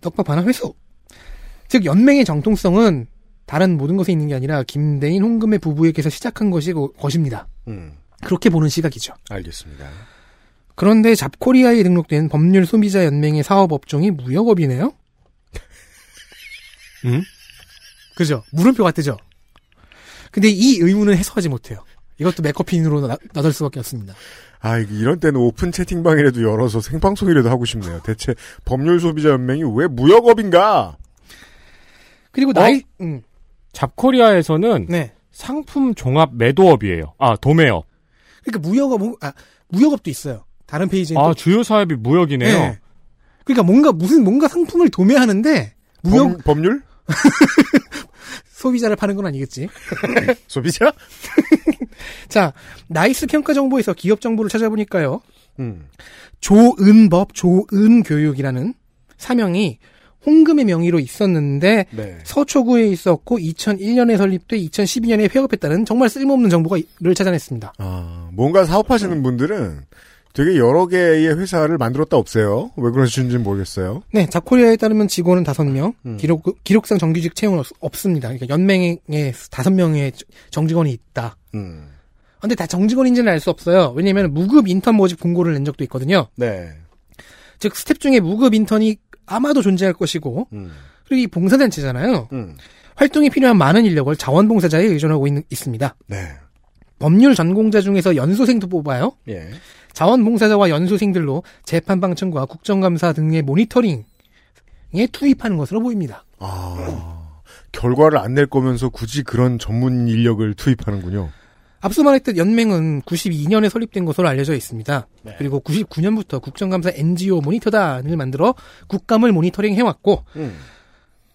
떡밥 하나 회수. 즉 연맹의 정통성은 다른 모든 것에 있는 게 아니라 김대인 홍금의 부부에게서 시작한 것이 것입니다.
음.
그렇게 보는 시각이죠.
알겠습니다.
그런데 잡코리아에 등록된 법률 소비자 연맹의 사업 업종이 무역업이네요. 음? 그죠? 물음표가 뜨죠? 근데 이 의문은 해소하지 못해요. 이것도 맥커핀으로 나, 나설 수밖에 없습니다.
아, 이게 이런 때는 오픈 채팅방이라도 열어서 생방송이라도 하고 싶네요. 대체 법률 소비자 연맹이 왜 무역업인가?
그리고
나이 음. 잡코리아에서는
네.
상품 종합 매도업이에요. 아, 도매업.
그러니까 무역업 아 무역업도 있어요. 다른 페이지에
아,
또.
주요 사업이 무역이네요.
네. 그러니까 뭔가 무슨 뭔가 상품을 도매하는데 무역
법, 률
소비자를 파는 건 아니겠지.
소비자?
자, 나이스 평가 정보에서 기업 정보를 찾아보니까요.
음.
조은법 조은교육이라는 사명이 홍금의 명의로 있었는데
네.
서초구에 있었고 2001년에 설립돼 2012년에 폐업했다는 정말 쓸모없는 정보가를 찾아냈습니다.
아, 뭔가 사업하시는 분들은 되게 여러 개의 회사를 만들었다 없어요. 왜 그러시는지 모르겠어요.
네, 자코리아에 따르면 직원은 5명,
음.
기록, 기록상 정규직 채용은 없, 습니다 그러니까 연맹에 5명의 정직원이 있다. 아,
음.
근데 다 정직원인지는 알 수 없어요. 왜냐면 무급 인턴 모집 공고를 낸 적도 있거든요.
네.
즉, 스텝 중에 무급 인턴이 아마도 존재할 것이고, 그리고 이 봉사단체잖아요.
음.
활동이 필요한 많은 인력을 자원봉사자에 의존하고 있, 있습니다.
네.
법률 전공자 중에서 연수생도 뽑아요.
예.
자원봉사자와 연수생들로 재판방청과 국정감사 등의 모니터링에 투입하는 것으로 보입니다.
아, 결과를 안 낼 거면서 굳이 그런 전문 인력을 투입하는군요.
앞서 말했듯 연맹은 92년에 설립된 것으로 알려져 있습니다. 그리고 99년부터 국정감사 NGO 모니터단을 만들어 국감을 모니터링해왔고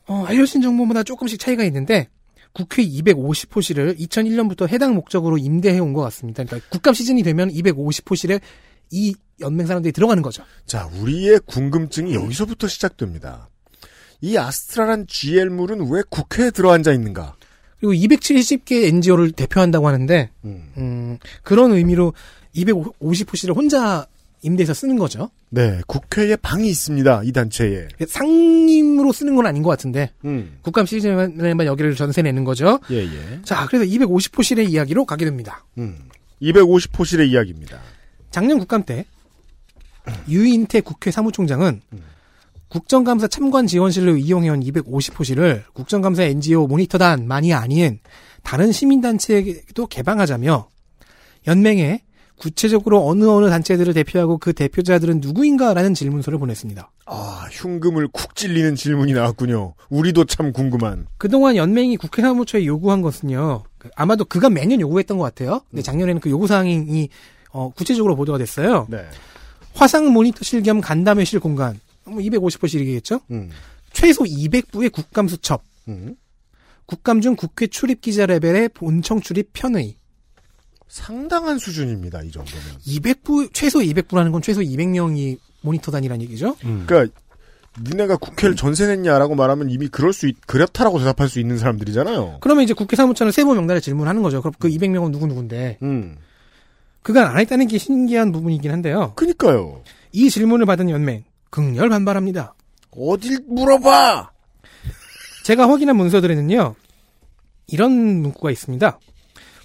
어, 알려진 정보보다 조금씩 차이가 있는데 국회 250호실을 2001년부터 해당 목적으로 임대해온 것 같습니다. 그러니까 국감 시즌이 되면 250호실에 이 연맹 사람들이 들어가는 거죠.
자, 우리의 궁금증이 여기서부터 시작됩니다. 이 아스트라란 GL물은 왜 국회에 들어앉아 있는가?
그리고 270개 NGO를 대표한다고 하는데 음, 그런 의미로 250호실을 혼자 임대해서 쓰는 거죠.
네, 국회에 방이 있습니다. 이 단체에.
상임으로 쓰는 건 아닌 것 같은데
음.
국감 시즌에만 여기를 전세 내는 거죠.
예, 예.
자, 그래서 250호실의 이야기로 가게 됩니다.
음. 250호실의 이야기입니다.
작년 국감 때 유인태 국회 사무총장은 국정감사 참관 지원실로 이용해온 250호실을 국정감사 NGO 모니터단만이 아닌 다른 시민단체에게도 개방하자며 연맹에 구체적으로 어느 어느 단체들을 대표하고 그 대표자들은 누구인가라는 질문서를 보냈습니다.
아, 흉금을 쿡 찔리는 질문이 나왔군요. 우리도 참 궁금한.
그동안 연맹이 국회 사무처에 요구한 것은요. 그- 아마도 그간 매년 요구했던 것 같아요. 근데 작년에는 그 요구 사항이 어, 구체적으로 보도가 됐어요.
네.
화상 모니터실 겸 간담회실 공간, 뭐 250호실이겠죠?
음.
최소 200부의 국감 수첩, 국감 중 국회 출입 기자 레벨의 본청 출입 편의,
상당한 수준입니다. 이 정도면.
200부 최소 200부라는 건 최소 200명이 모니터단이라는 얘기죠.
그러니까 니네가 국회를 전세냈냐라고 말하면 이미 그럴 수 있, 그렇다라고 대답할 수 있는 사람들이잖아요.
그러면 이제 국회 사무처는 세부 명단에 질문하는 거죠. 그럼 그 200명은 누구누군데.
음.
그간 안 했다는 게 신기한 부분이긴 한데요.
그니까요.
이 질문을 받은 연맹, 극렬 반발합니다.
어딜 물어봐!
제가 확인한 문서들에는요, 이런 문구가 있습니다.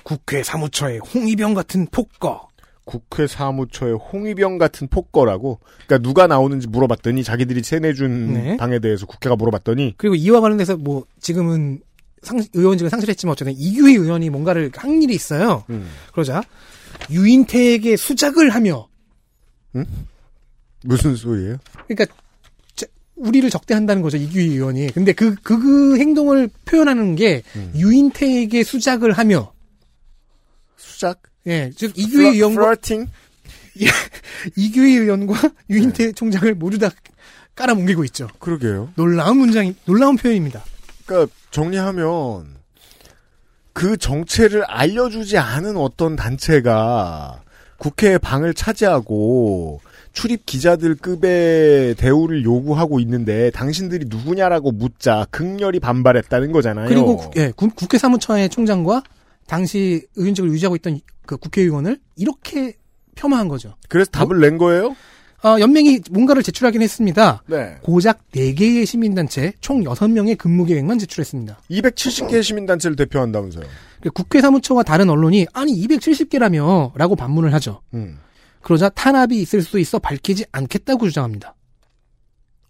국회 사무처의 홍위병 같은 폭거.
국회 사무처의 홍위병 같은 폭거라고. 그러니까 누가 나오는지 물어봤더니 자기들이 세내준
네.
방에 대해서 국회가 물어봤더니
그리고 이와 관련돼서 뭐 지금은 상- 의원직을 상실했지만 어쨌든 이규희 의원이 뭔가를 한 일이 있어요. 그러자 유인태에게 수작을 하며
무슨 소리예요?
그러니까 자- 우리를 적대한다는 거죠 이규희 의원이. 근데 그 그 행동을 표현하는 게 유인태에게 수작을 하며
수작?
예, 즉 이규희
플러-
의원과
플러팅?
이규희 의원과
네.
유인태 총장을 모두 다 깔아뭉개고 있죠.
그러게요.
놀라운 문장이 놀라운 표현입니다.
그러니까 정리하면 그 정체를 알려주지 않은 어떤 단체가 국회의 방을 차지하고 출입 기자들 급의 대우를 요구하고 있는데 당신들이 누구냐라고 묻자 극렬히 반발했다는 거잖아요.
그리고 국- 예, 국- 국회 사무처의 총장과 당시 의원직을 유지하고 있던 그 국회의원을 이렇게 폄하한 거죠.
그래서 답을 낸 거예요?
아, 연맹이 뭔가를 제출하긴 했습니다.
네.
고작 4개의 시민단체 총 6명의 근무 계획만 제출했습니다.
270개 시민단체를 대표한다면서요.
그 국회 사무처와 다른 언론이 아니 270개라며 라고 반문을 하죠.
음.
그러자 탄압이 있을 수도 있어 밝히지 않겠다고 주장합니다.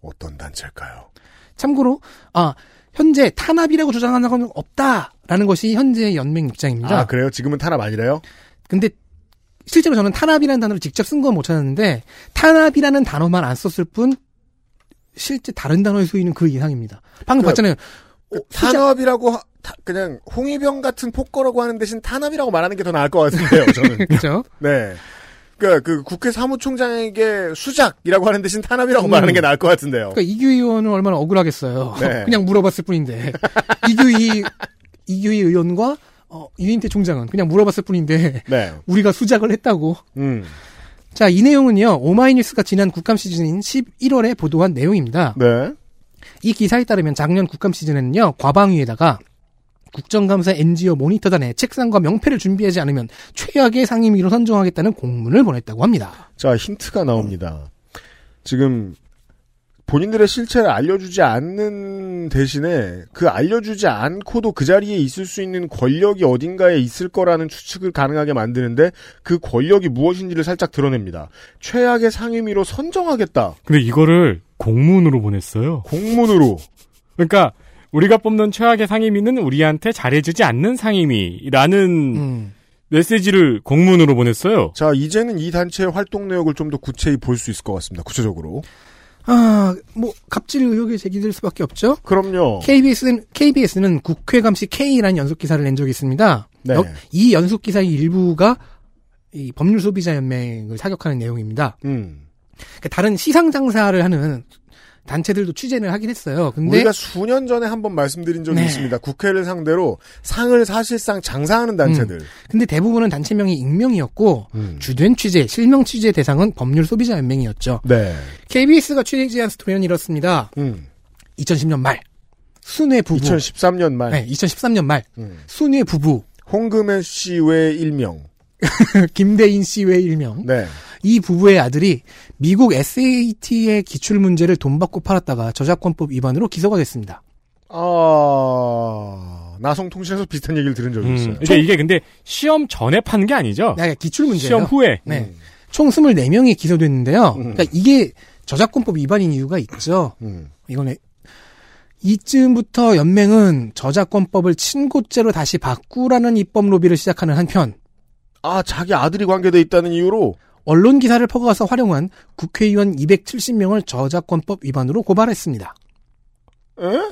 어떤 단체일까요?
참고로 아 현재 탄압이라고 주장하는 건 없다라는 것이 현재 연맹 입장입니다.
아, 그래요? 지금은 탄압 아니래요?
근데 실제로 저는 탄압이라는 단어를 직접 쓴 건 못 찾았는데 탄압이라는 단어만 안 썼을 뿐 실제 다른 단어의 수위는 그 이상입니다. 방금
그러니까
봤잖아요. 어, 실제-
탄압이라고 하- 타- 그냥 홍위병 같은 폭거라고 하는 대신 탄압이라고 말하는 게 더 나을 것 같은데요, 저는.
그렇죠.
네. 그러니까 그 국회 사무총장에게 수작이라고 하는 대신 탄압이라고 말하는 게 나을 것 같은데요.
그러니까 이규 의원은 얼마나 억울하겠어요.
네.
그냥 물어봤을 뿐인데 이규희 이규희 의원과 어, 유인태 총장은 그냥 물어봤을 뿐인데
네.
우리가 수작을 했다고.
음.
자, 이 내용은요, 오마이뉴스가 지난 국감 시즌인 11월에 보도한 내용입니다.
네.
이 기사에 따르면 작년 국감 시즌에는요, 과방위에다가 국정감사 NGO 모니터단에 책상과 명패를 준비하지 않으면 최악의 상임위로 선정하겠다는 공문을 보냈다고 합니다.
자, 힌트가 나옵니다. 지금 본인들의 실체를 알려주지 않는 대신에 그 알려주지 않고도 그 자리에 있을 수 있는 권력이 어딘가에 있을 거라는 추측을 가능하게 만드는데 그 권력이 무엇인지를 살짝 드러냅니다. 최악의 상임위로 선정하겠다.
근데 이거를 공문으로 보냈어요.
공문으로.
그러니까 우리가 뽑는 최악의 상임위는 우리한테 잘해주지 않는 상임위라는
음.
메시지를 공문으로 보냈어요.
자, 이제는 이 단체의 활동 내역을 좀 더 구체히 볼 수 있을 것 같습니다. 구체적으로.
아, 뭐, 갑질 의혹이 제기될 수밖에 없죠?
그럼요.
KBS는, KBS는 국회 감시 K라는 연속 기사를 낸 적이 있습니다.
네.
여- 이 연속 기사의 일부가 이 법률 소비자 연맹을 사격하는 내용입니다.
음.
그러니까 다른 시상 장사를 하는 단체들도 취재를 하긴 했어요. 근데
우리가 수년 전에 한번 말씀드린 적이
네.
있습니다. 국회를 상대로 상을 사실상 장사하는 단체들.
근데 대부분은 단체명이 익명이었고
음.
주된 취재, 실명 취재 대상은 법률 소비자 연맹이었죠.
네.
KBS가 취재한 스토리는 이렇습니다.
음.
2010년 말 순회 부부
2013년 말.
네, 2013년 말
음.
순회 부부
홍금현 씨 외 일명.
김대인 씨 외 일명
네.
이 부부의 아들이 미국 SAT의 기출 문제를 돈 받고 팔았다가 저작권법 위반으로 기소가 됐습니다.
아, 나성통신에서 비슷한 얘기를 들은 적이 있어요.
음. 이게, 이게 근데 시험 전에 판 게 아니죠?
음. 네, 기출 문제예요.
시험 후에.
네.
음.
총 24명이 기소됐는데요. 그러니까 이게 저작권법 위반인 이유가 있죠.
음.
이거는 이쯤부터 연맹은 저작권법을 친고죄로 다시 바꾸라는 입법 로비를 시작하는 한편
아, 자기 아들이 관계돼 있다는 이유로
언론 기사를 퍼가서 활용한 국회의원 270명을 저작권법 위반으로 고발했습니다.
에?
음.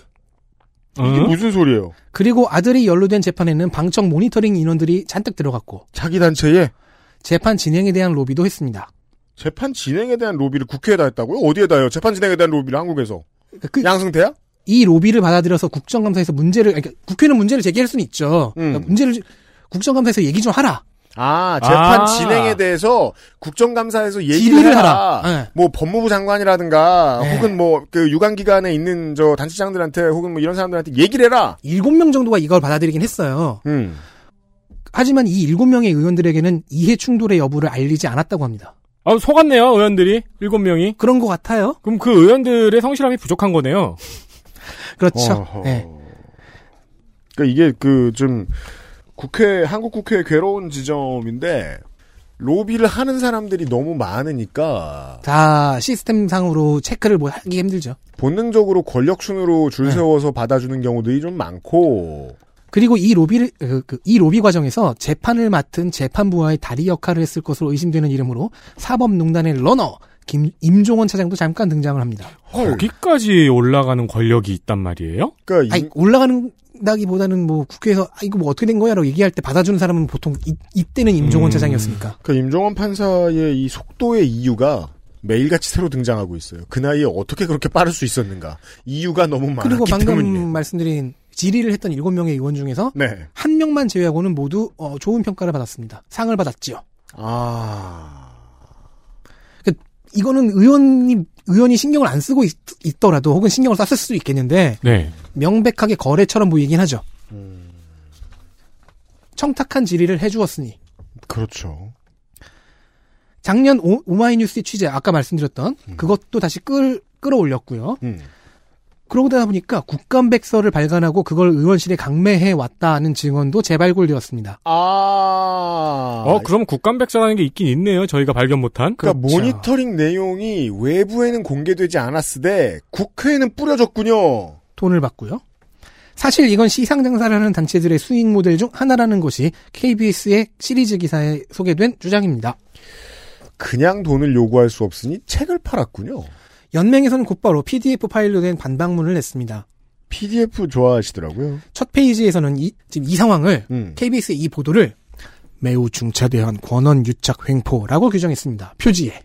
이게
어?
음.
무슨 소리예요?
그리고 아들이 연루된 재판에는 방청 모니터링 인원들이 잔뜩 들어갔고
자기 단체에
재판 진행에 대한 로비도 했습니다.
재판 진행에 대한 로비를 국회에다 했다고요? 어디에다 해요? 재판 진행에 대한 로비를 한국에서.
그러니까 그-
양승태야?
이 로비를 받아들여서 국정감사에서 문제를 그러니까 국회는 문제를 제기할 수는 있죠.
음.
그러니까 문제를 국정감사에서 얘기 좀 하라.
아, 재판
아.
진행에 대해서 국정감사에서 얘기를
질의를
해라.
하라. 네.
뭐 법무부 장관이라든가
네.
혹은 뭐 그 유관 기관에 있는 저 단체장들한테 혹은 뭐 이런 사람들한테 얘기를 해라.
일곱 명 정도가 이걸 받아들이긴 했어요.
음.
하지만 이 일곱 명의 의원들에게는 이해 충돌의 여부를 알리지 않았다고 합니다.
아, 속았네요, 의원들이. 일곱 명이.
그런 것 같아요.
그럼 그 의원들의 성실함이 부족한 거네요.
그렇죠.
어허.
네.
그러니까 이게 그 좀 국회 한국 국회의 괴로운 지점인데 로비를 하는 사람들이 너무 많으니까
다 시스템상으로 체크를 뭐 하기 힘들죠.
본능적으로 권력 순으로
네.
줄 세워서 받아주는 경우들이 좀 많고
그리고 이 로비를 그, 그, 이 로비 과정에서 재판을 맡은 재판부와의 다리 역할을 했을 것으로 의심되는 이름으로 사법농단의 러너 김, 임종원 차장도 잠깐 등장을 합니다.
거기까지 올라가는 권력이 있단 말이에요?
그러니까
아니, 올라가는다기보다는 뭐 국회에서 아, 이거 뭐 어떻게 된 거야라고 얘기할 때 받아주는 사람은 보통 이, 이때는 임종원
음.
차장이었으니까.
그 임종원 판사의 이 속도의 이유가 매일같이 새로 등장하고 있어요. 그 나이에 어떻게 그렇게 빠를 수 있었는가? 이유가 너무 많기
그리고 방금
때문이에요.
말씀드린 질의를 했던 7명의 의원 중에서
네.
한 명만 제외하고는 모두 어, 좋은 평가를 받았습니다. 상을 받았지요.
아.
이거는 의원이 의원이 신경을 안 쓰고 있, 더라도 혹은 신경을 썼을 수도 있겠는데
네.
명백하게 거래처럼 보이긴 하죠.
음.
청탁한 질의를 해주었으니
그렇죠.
작년 오, 마이뉴스의 취재 아까 말씀드렸던 그것도 다시 끌 끌어올렸고요.
음.
그러고 다 보니까 국감백서를 발간하고 그걸 의원실에 강매해 왔다는 증언도 재발굴되었습니다.
아.
어, 그럼 국감백서라는 게 있긴 있네요. 저희가 발견 못한.
그렇죠.
그러니까 모니터링 내용이 외부에는 공개되지 않았으되 국회에는 뿌려졌군요.
돈을 받고요. 사실 이건 시상 장사를 하는 단체들의 수익 모델 중 하나라는 것이 KBS의 시리즈 기사에 소개된 주장입니다.
그냥 돈을 요구할 수 없으니 책을 팔았군요.
연맹에서는 곧바로 PDF 파일로 된 반박문을 냈습니다.
PDF 좋아하시더라고요.
첫 페이지에서는 이, 지금 이 상황을 KBS의 이 보도를 매우 중차대한 권원 유착 횡포라고 규정했습니다. 표지에.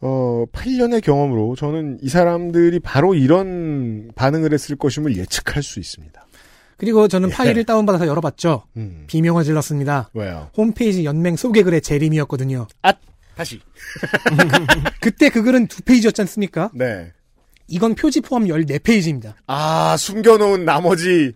어, 8년의 경험으로 저는 이 사람들이 바로 이런 반응을 했을 것임을 예측할 수 있습니다.
그리고 저는 파일을 다운받아서 열어봤죠.
음.
비명을 질렀습니다.
왜요?
홈페이지 연맹 소개 글의 재림이었거든요.
다시.
그때 그 글은 두 페이지였지 않습니까?
네.
이건 표지 포함 14페이지입니다.
아, 숨겨놓은 나머지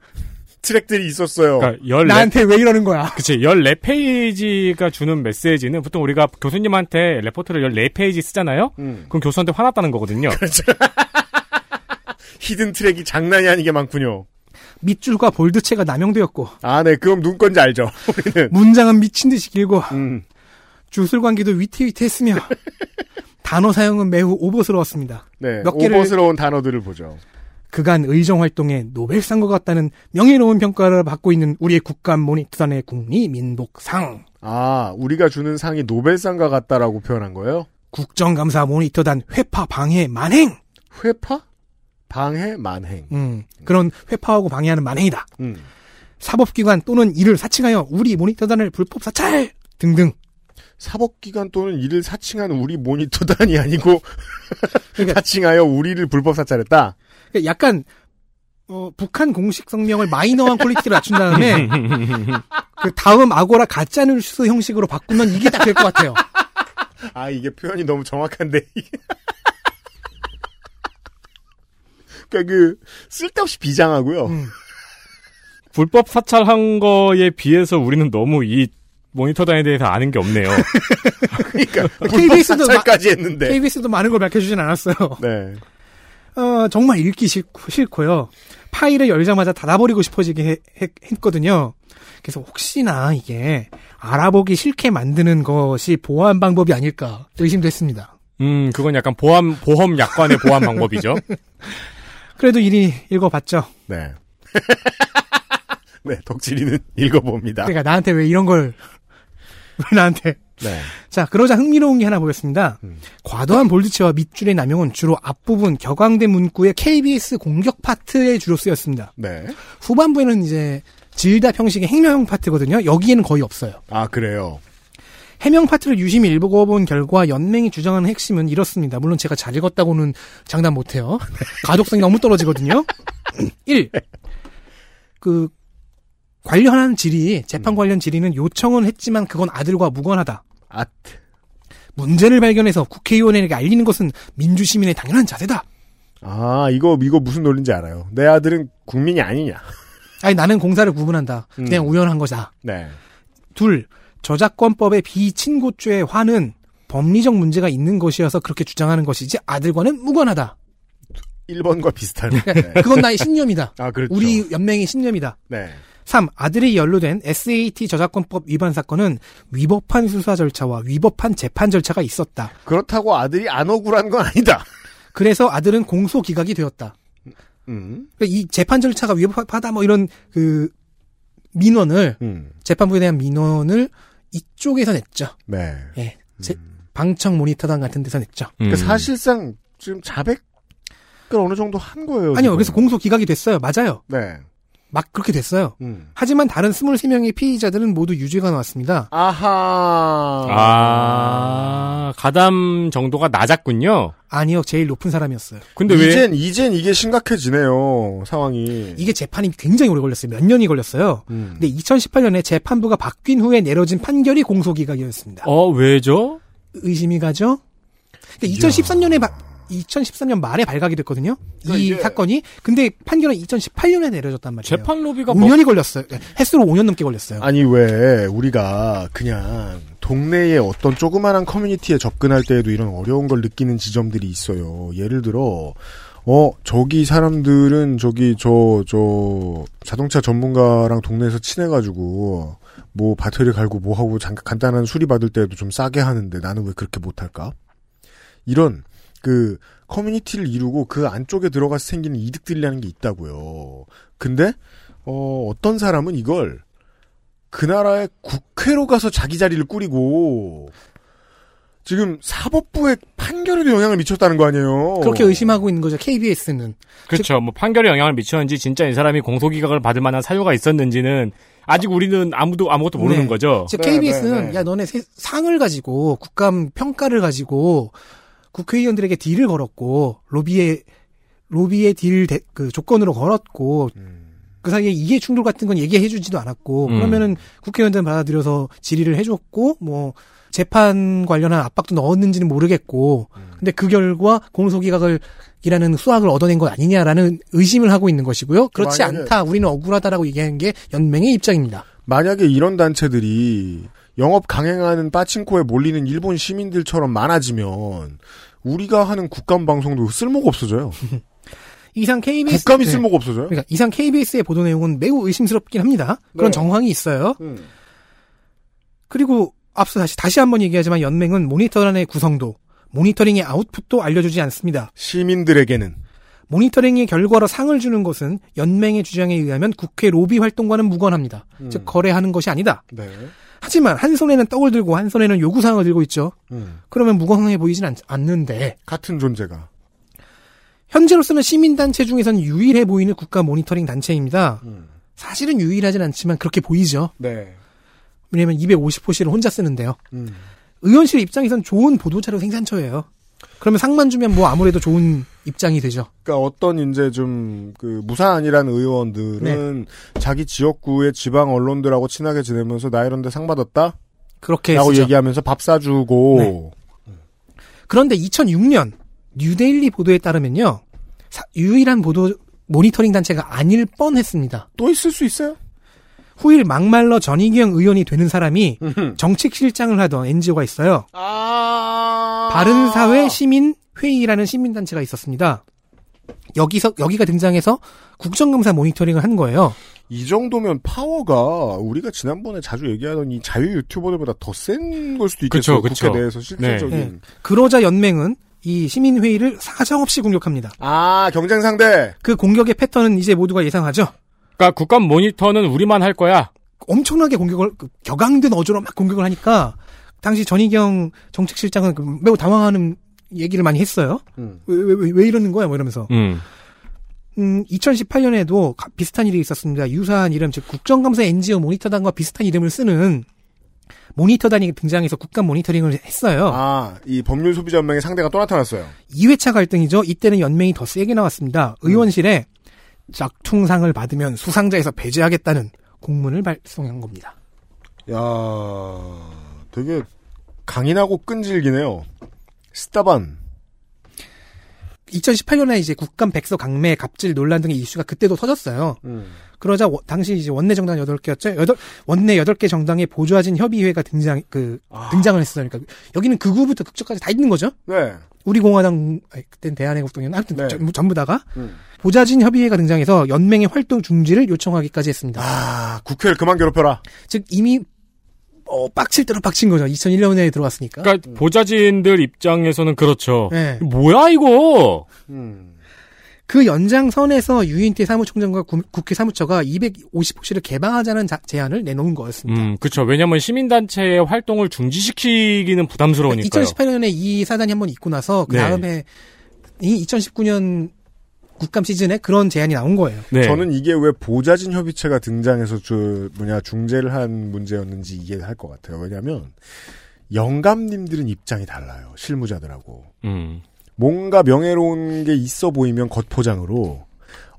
트랙들이 있었어요.
그러니까 14
나한테 왜 이러는 거야?
그치. 14페이지가 주는 메시지는 보통 우리가 교수님한테 레포트를 14페이지 쓰잖아요?
음.
그럼 교수한테 화났다는 거거든요.
그렇죠. 히든 트랙이 장난이 아니게 많군요.
밑줄과 볼드체가 남용되었고
아, 네. 그럼 누군 건지 알죠. 우리는.
문장은 미친 듯이 길고
음.
주술 관계도 위태위태했으며 단어 사용은 매우 오버스러웠습니다.
네.
몇 개를-
오버스러운 단어들을 보죠.
그간 의정 활동에 노벨상과 같다는 명예로운 평가를 받고 있는 우리의 국감 모니터단의 국리민복상
아, 우리가 주는 상이 노벨상과 같다라고 표현한 거예요?
국정감사 모니터단 회파 방해 만행
회파? 방해, 만행.
음, 그런 회파하고 방해하는 만행이다.
음.
사법기관 또는 이를 사칭하여 우리 모니터단을 불법 사찰 등등.
사법기관 또는 이를 사칭한 우리 모니터단이 아니고 사칭하여 우리를 불법 사찰했다.
그러니까 약간 어, 북한 공식 성명을 마이너한 퀄리티를 낮춘 다음에 그 다음 아고라 가짜뉴스 형식으로 바꾸면 이게 딱 될 것 같아요.
아 이게 표현이 너무 정확한데. 이게. 그러니까 그 쓸데없이 비장하고요.
음.
불법 사찰한 거에 비해서 우리는 너무 이 모니터단에 대해서 아는 게 없네요.
불법 사찰까지 했는데.
KBS도 많은 걸 밝혀주진 않았어요.
네.
어, 정말 읽기 싫고, 싫고요. 파일을 열자마자 닫아버리고 싶어지게 해- 했- 했거든요. 그래서 혹시나 이게 알아보기 싫게 만드는 것이 보안 방법이 아닐까 의심도 했습니다.
음, 그건 약간 보험 보험 약관의 보안 방법이죠.
그
그래도 일이 읽어봤죠.
네. 네, 덕질이는 읽어봅니다.
그러니까 나한테 왜 이런 걸, 왜 나한테.
네.
자, 그러자 흥미로운 게 하나 보였습니다. 과도한 볼드체와 밑줄의 남용은 주로 앞부분 격앙된 문구의 KBS 공격 파트에 주로 쓰였습니다.
네.
후반부에는 이제 질답 형식의 행명 파트거든요. 여기에는 거의 없어요.
아 그래요.
해명 파트를 유심히 읽어본 결과 연맹이 주장하는 핵심은 이렇습니다. 물론 제가 잘 읽었다고는 장담 못해요.
네.
가독성이 너무 떨어지거든요. 1. 그 관련한 질의,
음.
재판 관련 질의는 요청은 했지만 그건 아들과 무관하다.
아트.
문제를 발견해서 국회의원에게 알리는 것은 민주시민의 당연한 자세다.
아 이거 이거 무슨 논리인지 알아요. 내 아들은 국민이 아니냐.
아니 나는 공사를 구분한다.
음.
그냥 우연한 것이다.
네.
둘, 저작권법의 비친고죄의 화는 법리적 문제가 있는 것이어서 그렇게 주장하는 것이지 아들과는 무관하다.
1번과 비슷한.
그건 나의 신념이다.
네. 아 그렇죠.
그러니까 우리 연맹의 신념이다.
네.
3. 아들이 연루된 SAT 저작권법 위반 사건은 위법한 수사 절차와 위법한 재판 절차가 있었다.
그렇다고 아들이 안 억울한 건 아니다.
그래서 아들은 공소 기각이 되었다.
음.
그러니까 이 재판 절차가 위법하다 뭐 이런 그 민원을
음.
재판부에 대한 민원을 이쪽에서 냈죠.
네.
음.
예. 제-
음.
방청 모니터단 같은 데서 냈죠.
그러니까 사실상 지금 자백을 어느 정도 한 거예요.
아니요.
지금.
그래서 공소 기각이 됐어요. 맞아요.
네.
막 그렇게 됐어요.
음.
하지만 다른 23명의 피의자들은 모두 유죄가 나왔습니다.
아하.
아, 가담 정도가 낮았군요.
아니요. 제일 높은 사람이었어요.
근데 왜
이젠 이젠 이게 심각해지네요. 상황이.
이게 재판이 굉장히 오래 걸렸어요. 몇 년이 걸렸어요.
음.
근데 2018년에 재판부가 바뀐 후에 내려진 판결이 공소 기각이었습니다.
어, 왜죠?
의심이 가죠? 근데 2013년에 2013년 말에 발각이 됐거든요. 이
이게-
사건이. 근데 판결은 2018년에 내려졌단 말이에요.
재판 로비가 뭐
5년이 걸렸어요. 네, 횟수로 5년 넘게 걸렸어요.
아니 왜 우리가 그냥 동네의 어떤 조그마한 커뮤니티에 접근할 때에도 이런 어려운 걸 느끼는 지점들이 있어요. 예를 들어 어 저기 사람들은 저기 저 저 자동차 전문가랑 동네에서 친해가지고 뭐 바터리 갈고 뭐 하고 잠깐 간단한 수리 받을 때도 좀 싸게 하는데 나는 왜 그렇게 못할까? 이런 그 커뮤니티를 이루고 그 안쪽에 들어가서 생기는 이득들이라는 게 있다고요. 근데 어, 어떤 사람은 이걸 그 나라의 국회로 가서 자기 자리를 꾸리고 지금 사법부의 판결에도 영향을 미쳤다는 거 아니에요.
그렇게 의심하고 있는 거죠. KBS는
그렇죠. 뭐 판결에 영향을 미쳤는지 진짜 이 사람이 공소기각을 받을 만한 사유가 있었는지는 아직 우리는 아무도 아무것도 모르는
네.
거죠.
즉 KBS는 야 너네 세- 상을 가지고 국감 평가를 가지고 국회의원들에게 딜을 걸었고 로비의 로비의 딜 그 조건으로 걸었고 그 사이에 이해 충돌 같은 건 얘기해주지도 않았고
음.
그러면은 국회의원들은 받아들여서 질의를 해줬고 뭐 재판 관련한 압박도 넣었는지는 모르겠고 근데 그 결과 공소기각을 이라는 수학을 얻어낸 것 아니냐라는 의심을 하고 있는 것이고요. 그렇지
만약에-
않다. 우리는 억울하다라고 얘기하는 게 연맹의 입장입니다.
만약에 이런 단체들이 영업 강행하는 빠칭코에 몰리는 일본 시민들처럼 많아지면 우리가 하는 국감 방송도 쓸모가 없어져요.
이상 KBS
국감이
네.
쓸모가 없어져요.
그러니까 이상 KBS의 보도 내용은 매우 의심스럽긴 합니다.
네.
그런 정황이 있어요.
음.
그리고 앞서 다시 다시 한번 얘기하지만 연맹은 모니터란의 구성도 모니터링의 아웃풋도 알려주지 않습니다.
시민들에게는
모니터링의 결과로 상을 주는 것은 연맹의 주장에 의하면 국회 로비 활동과는 무관합니다.
음.
즉 거래하는 것이 아니다.
네.
하지만 한 손에는 떡을 들고 한 손에는 요구사항을 들고 있죠.
음.
그러면 무관해 보이진 않, 않는데
같은 존재가
현재로서는 시민단체 중에선 유일해 보이는 국가 모니터링 단체입니다.
음.
사실은 유일하진 않지만 그렇게 보이죠.
네.
왜냐면 250호씨를 혼자 쓰는데요.
음.
의원실 입장에선 좋은 보도자료 생산처예요. 그러면 상만 주면 뭐 아무래도 좋은 입장이 되죠.
그러니까 어떤 이제 좀 그 무사안이라는 의원들은 자기 지역구의 지방 언론들하고 친하게 지내면서 나 이런데 상 받았다.
그렇게
라고
쓰죠.
얘기하면서 밥 사주고
네. 그런데 2006년 뉴데일리 보도에 따르면요. 사- 유일한 보도 모니터링 단체가 아닐 뻔했습니다.
또 있을 수 있어요.
후일 막말러 전희경 의원이 되는 사람이 정책 실장을 하던 NGO가 있어요.
아.
바른 사회 시민 회의라는 시민 단체가 있었습니다. 여기서 여기가 등장해서 국정감사 모니터링을 한 거예요.
이 정도면 파워가 우리가 지난번에 자주 얘기하던 이 자유 유튜버들보다 더 센 걸 수도 있겠죠.
그쵸, 그쵸.
국회 내에서 실질적인
네. 그러자 연맹은 이 시민 회의를 사정없이 공격합니다.
아 경쟁 상대
그 공격의 패턴은 이제 모두가 예상하죠.
그러니까 국감 모니터는 우리만 할 거야.
엄청나게 공격을 그 격앙된 어조로 막 공격을 하니까 당시 전희경 정책실장은 그 매우 당황하는 얘기를 많이 했어요.
음.
왜, 왜, 왜- 왜 이러는 거야? 뭐 이러면서.
음.
음, 2018년에도 비슷한 일이 있었습니다. 유사한 이름, 즉 국정감사 NGO 모니터단과 비슷한 이름을 쓰는 모니터단이 등장해서 국감 모니터링을 했어요.
아이 법률 소비자 연맹의 상대가 또 나타났어요.
2회차 갈등이죠. 이때는 연맹이 더 세게 나왔습니다. 의원실에 짝퉁상을 받으면 수상자에서 배제하겠다는 공문을 발송한 겁니다.
야 되게 강인하고 끈질기네요. 스타반
2018년에 이제 국감 백서 강매 갑질 논란 등의 이슈가 그때도 터졌어요. 그러자 워- 당시 이제 원내 정당 8개였죠. 여덟 원내 8개 정당의 보좌진 협의회가 등장 그 등장을 했어요. 그러니까 여기는 극우부터 극적까지 다 있는 거죠.
네.
우리 공화당 아니, 그땐 대한애국당이었나 하여튼
네.
전부, 전부 다가 보좌진 협의회가 등장해서 연맹의 활동 중지를 요청하기까지 했습니다.
아 국회를 그만 괴롭혀라.
즉 이미 어, 빡칠 대로 빡친 거죠. 2001년에 들어왔으니까.
그러니까 보좌진들 입장에서는 그렇죠.
네.
뭐야 이거?
음.
그 연장선에서 유인태 사무총장과 구- 국회 사무처가 250호실을 개방하자는 자- 제안을 내놓은 거였습니다.
음, 그렇죠. 왜냐면 시민단체의 활동을 중지시키기는 부담스러우니까요.
2018년에 그러니까 이 사단이 한번 있고 나서 그
네.
다음에 이 2019년 국감 시즌에 그런 제안이 나온 거예요.
네.
저는 이게 왜 보좌진 협의체가 등장해서 저 뭐냐 중재를 한 문제였는지 이해할 것 같아요. 왜냐하면 영감님들은 입장이 달라요. 실무자들하고
음.
뭔가 명예로운 게 있어 보이면 겉포장으로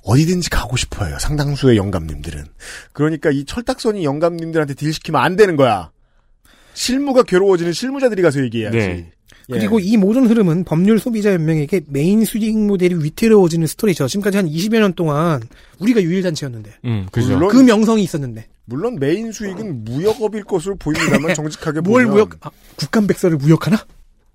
어디든지 가고 싶어요. 상당수의 영감님들은 그러니까 이 철딱선이 영감님들한테 딜 시키면 안 되는 거야. 실무가 괴로워지는 실무자들이 가서 얘기해야지.
네.
예.
그리고 이 모든 흐름은 법률 소비자 연맹에게 메인 수익 모델이 위태로워지는 스토리죠. 지금까지 한 20여 년 동안 우리가 유일 단체였는데
음, 그죠.
물론-
그 명성이 있었는데
물론 메인 수익은 무역업일 것으로 보입니다만 정직하게
뭘
보면
무역 아, 국감 백서를 무역하나?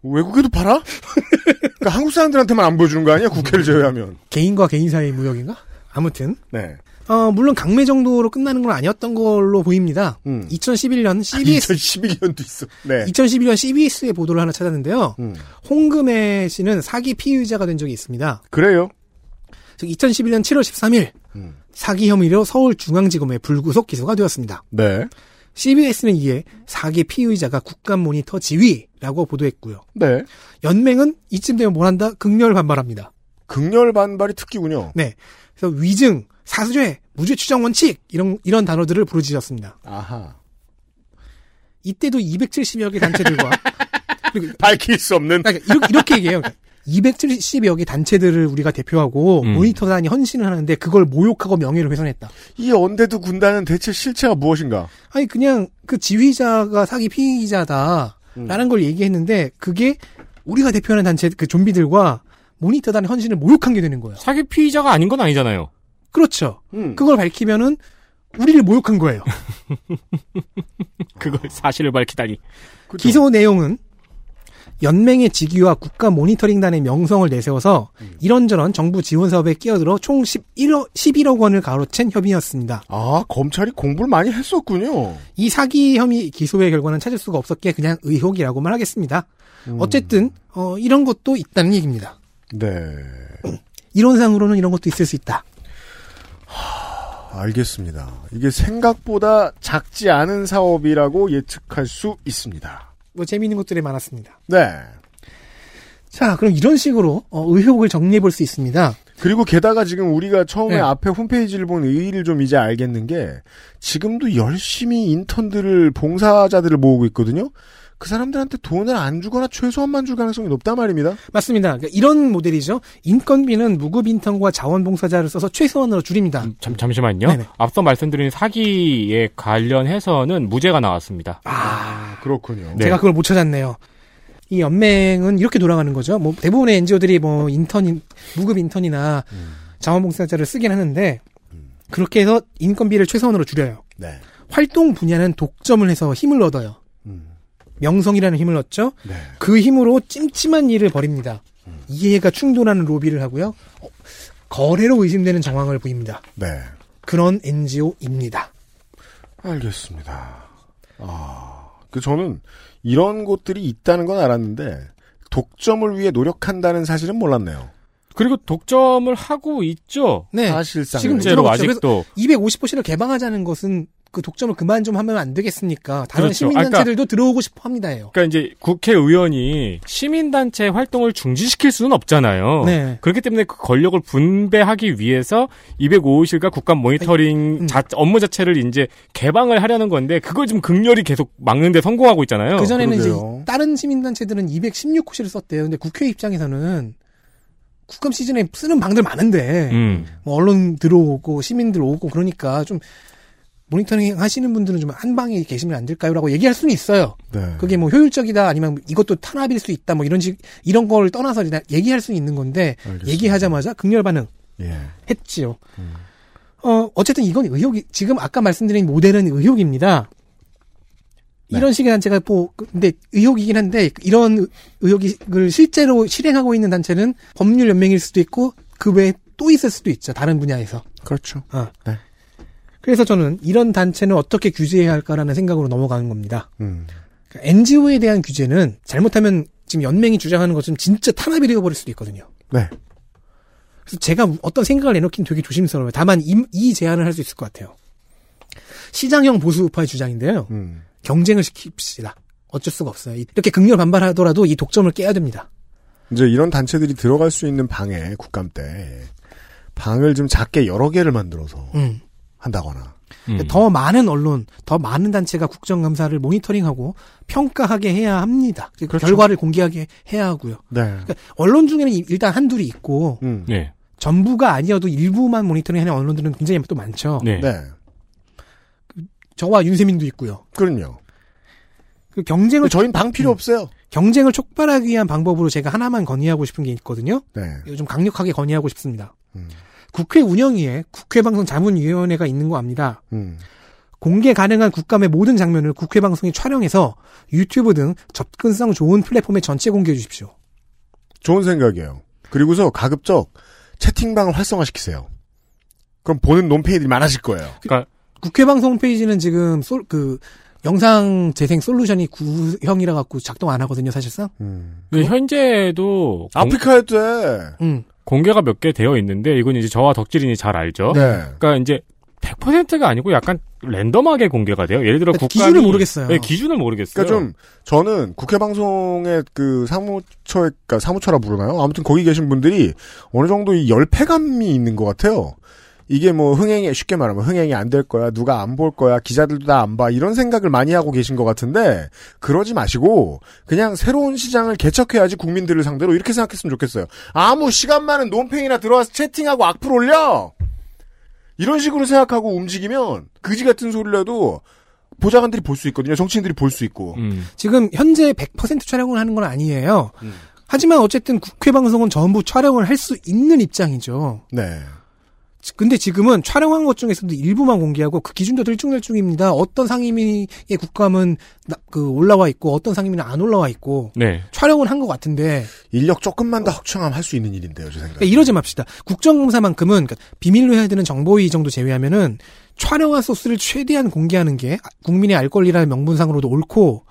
외국에도 팔아? 그러니까 음. 한국 사람들한테만 안 보여주는 거 아니야? 국회를 제외하면.
개인과 개인 사이의 무역인가? 아무튼
네.
어, 물론 강매 정도로 끝나는 건 아니었던 걸로 보입니다.
음. 아,
2011년 CBS
2011년도 있어. 네.
2011년 CBS의 보도를 하나 찾았는데요.
음.
홍금혜 씨는 사기 피의자가 된 적이 있습니다.
그래요?
2011년 7월 13일
음.
사기 혐의로 서울중앙지검에 불구속 기소가 되었습니다.
네.
CBS는 이에 사기 피의자가 국감 모니터 지휘라고 보도했고요.
네.
연맹은 이쯤 되면 뭘 한다? 극렬 반발합니다.
극렬 반발이 특기군요.
네. 그래서 위증, 사수죄, 무죄 추정 원칙 이런 이런 단어들을 부르짖었습니다.
아하.
이때도 270여 개 단체들과 그러니까
밝힐 수 없는
이렇게, 이렇게 얘기해요. 270여 개 단체들을 우리가 대표하고
음.
모니터단이 헌신을 하는데 그걸 모욕하고 명예를 훼손했다.
이 언데드 군단은 대체 실체가 무엇인가?
아니 그냥 그 지휘자가 사기
음.
피의자다라는 걸 얘기했는데 그게 우리가 대표하는 단체 그 좀비들과 모니터단의 헌신을 모욕한 게 되는 거예요.
사기 피의자가 아닌 건 아니잖아요.
그렇죠.
음.
그걸 밝히면은 우리를 모욕한 거예요.
그걸 사실을 밝히다니.
기소 내용은 연맹의 직위와 국가 모니터링단의 명성을 내세워서 이런저런 정부 지원 사업에 끼어들어 총 11억, 11억 원을 가로챈 혐의였습니다.
아, 검찰이 공부를 많이 했었군요.
이 사기 혐의 기소의 결과는 찾을 수가 없었기에 그냥 의혹이라고만 하겠습니다. 어쨌든 어, 이런 것도 있다는 얘기입니다.
네.
이론상으로는 이런 것도 있을 수 있다.
알겠습니다. 이게 생각보다 작지 않은 사업이라고 예측할 수 있습니다.
뭐 재미있는 것들이 많았습니다.
네.
자, 그럼 이런 식으로 어, 의혹을 정리해 볼 수 있습니다.
그리고 게다가 지금 우리가 처음에
네.
앞에 홈페이지를 본 의의를 좀 이제 알겠는 게 지금도 열심히 인턴들을 봉사자들을 모으고 있거든요. 그 사람들한테 돈을 안 주거나 최소한만 줄 가능성이 높단 말입니다.
맞습니다. 그러니까 이런 모델이죠. 인건비는 무급 인턴과 자원봉사자를 써서 최소한으로 줄입니다.
잠, 잠시만요. 앞서 말씀드린 사기에 관련해서는 무죄가 나왔습니다.
아, 그렇군요.
네. 제가 그걸 못 찾았네요. 이 연맹은 이렇게 돌아가는 거죠. 뭐 대부분의 NGO들이 뭐 인턴 무급 인턴이나 자원봉사자를 쓰긴 하는데 그렇게 해서 인건비를 최소한으로 줄여요.
네.
활동 분야는 독점을 해서 힘을 얻어요. 명성이라는 힘을 얻죠. 그 힘으로 찜찜한 일을 벌입니다. 이해가 충돌하는 로비를 하고요. 어, 거래로 의심되는 정황을 보입니다.
네.
그런 NGO입니다.
알겠습니다. 아, 그 저는 이런 곳들이 있다는 건 알았는데 독점을 위해 노력한다는 사실은 몰랐네요.
그리고 독점을 하고 있죠.
네.
사실상
지금
실제로
들어갔죠.
아직도
250호실을 개방하자는 것은 그 독점을 그만 좀 하면 안 되겠습니까? 다른
그렇죠.
시민단체들도 들어오고 싶어 합니다예요.
그러니까 이제 국회의원이 시민단체 활동을 중지시킬 수는 없잖아요.
네.
그렇기 때문에 그 권력을 분배하기 위해서 205호실과 국감 모니터링
음.
자- 업무 자체를 이제 개방을 하려는 건데 그걸 지금 극렬히 계속 막는데 성공하고 있잖아요.
그 전에는 이제 다른 시민단체들은 216호실을 썼대요. 근데 국회 입장에서는 국감 시즌에 쓰는 방들 많은데
음.
뭐 언론 들어오고 시민들 오고 그러니까 좀 모니터링 하시는 분들은 좀 한 방에 계시면 안 될까요?라고 얘기할 수는 있어요.
네.
그게 뭐 효율적이다 아니면 이것도 탄압일 수 있다 뭐 이런 식 이런 걸 떠나서 그냥 얘기할 수는 있는 건데
알겠습니다.
얘기하자마자 극렬 반응
예.
했지요. 어 어쨌든 이건 의혹이 지금 아까 말씀드린 모델은 의혹입니다.
네.
이런 식의 단체가 뭐 근데 의혹이긴 한데 이런 의혹을 실제로 실행하고 있는 단체는 법률 연맹일 수도 있고 그 외에 또 있을 수도 있죠 다른 분야에서.
그렇죠.
어.
네.
그래서 저는 이런 단체는 어떻게 규제해야 할까라는 생각으로 넘어가는 겁니다.
음.
NGO에 대한 규제는 잘못하면 지금 연맹이 주장하는 것처럼 진짜 탄압이 되어버릴 수도 있거든요.
네.
그래서 제가 어떤 생각을 내놓긴 되게 조심스러워요. 다만 이, 이 제안을 할 수 있을 것 같아요. 시장형 보수 우파의 주장인데요.
음.
경쟁을 시킵시다. 어쩔 수가 없어요. 이렇게 극렬 반발하더라도 이 독점을 깨야 됩니다.
이제 이런 단체들이 들어갈 수 있는 방에 국감 때 방을 좀 작게 여러 개를 만들어서
음.
한다거나
더 많은 언론, 더 많은 단체가 국정감사를 모니터링하고 평가하게 해야 합니다. 그리고
그렇죠.
결과를 공개하게 해야 하고요.
네.
그러니까 언론 중에는 이- 일단 한둘이 있고
음.
네.
전부가 아니어도 일부만 모니터링하는 언론들은 굉장히 또 많죠.
네.
저와 윤세민도 있고요.
그럼요. 음.
그 경쟁을
저희는 방 필요 없어요.
경쟁을 촉발하기 위한 방법으로 제가 하나만 건의하고 싶은 게 있거든요.
네.
이거 좀 강력하게 건의하고 싶습니다. 국회 운영위에 국회방송자문위원회가 있는 거 압니다.
음.
공개 가능한 국감의 모든 장면을 국회 방송이 촬영해서 유튜브 등 접근성 좋은 플랫폼에 전체 공개해 주십시오.
좋은 생각이에요. 그리고서 가급적 채팅방을 활성화시키세요. 그럼 보는 논페이들이 많아질 거예요.
그러니까
국회 방송 홈페이지는 지금 솔, 그 영상 재생 솔루션이 구형이라 갖고 작동 안 하거든요, 사실상.
근데 현재도
음. 아프리카에 때
음.
공개가 몇 개 되어 있는데 이건 이제 저와 덕질인이 잘 알죠.
네.
그러니까 이제 100%가 아니고 약간 랜덤하게 공개가 돼요. 예를 들어
그러니까
국가
기준을 모르겠어요.
네, 기준을 모르겠어요.
그러니까 좀 저는 국회 방송의 그 사무처에 그러니까 사무처라 부르나요? 아무튼 거기 계신 분들이 어느 정도 이 열패감이 있는 것 같아요. 이게 뭐 흥행이 쉽게 말하면 흥행이 안 될 거야, 누가 안 볼 거야, 기자들도 다 안 봐 이런 생각을 많이 하고 계신 것 같은데 그러지 마시고 그냥 새로운 시장을 개척해야지 국민들을 상대로 이렇게 생각했으면 좋겠어요. 아무 시간 많은 논팽이나 들어와서 채팅하고 악플 올려 이런 식으로 생각하고 움직이면 그지 같은 소리를 해도 보좌관들이 볼 수 있거든요. 정치인들이 볼 수 있고.
음.
지금 현재 100% 촬영을 하는 건 아니에요. 하지만 어쨌든 국회 방송은 전부 촬영을 할 수 있는 입장이죠.
네.
지- 근데 지금은 촬영한 것 중에서도 일부만 공개하고 그 기준도 들쭉날쭉입니다. 어떤 상임위의 국감은 나- 그 올라와 있고 어떤 상임위는 안 올라와 있고
네.
촬영은 한 것 같은데
인력 조금만 더 확충하면 할 수 있는 일인데요, 제 생각에.
그러니까 이러지 맙시다. 국정감사만큼은 그러니까 비밀로 해야 되는 정보위 정도 제외하면은 촬영한 소스를 최대한 공개하는 게 국민의 알 권리라는 명분상으로도 옳고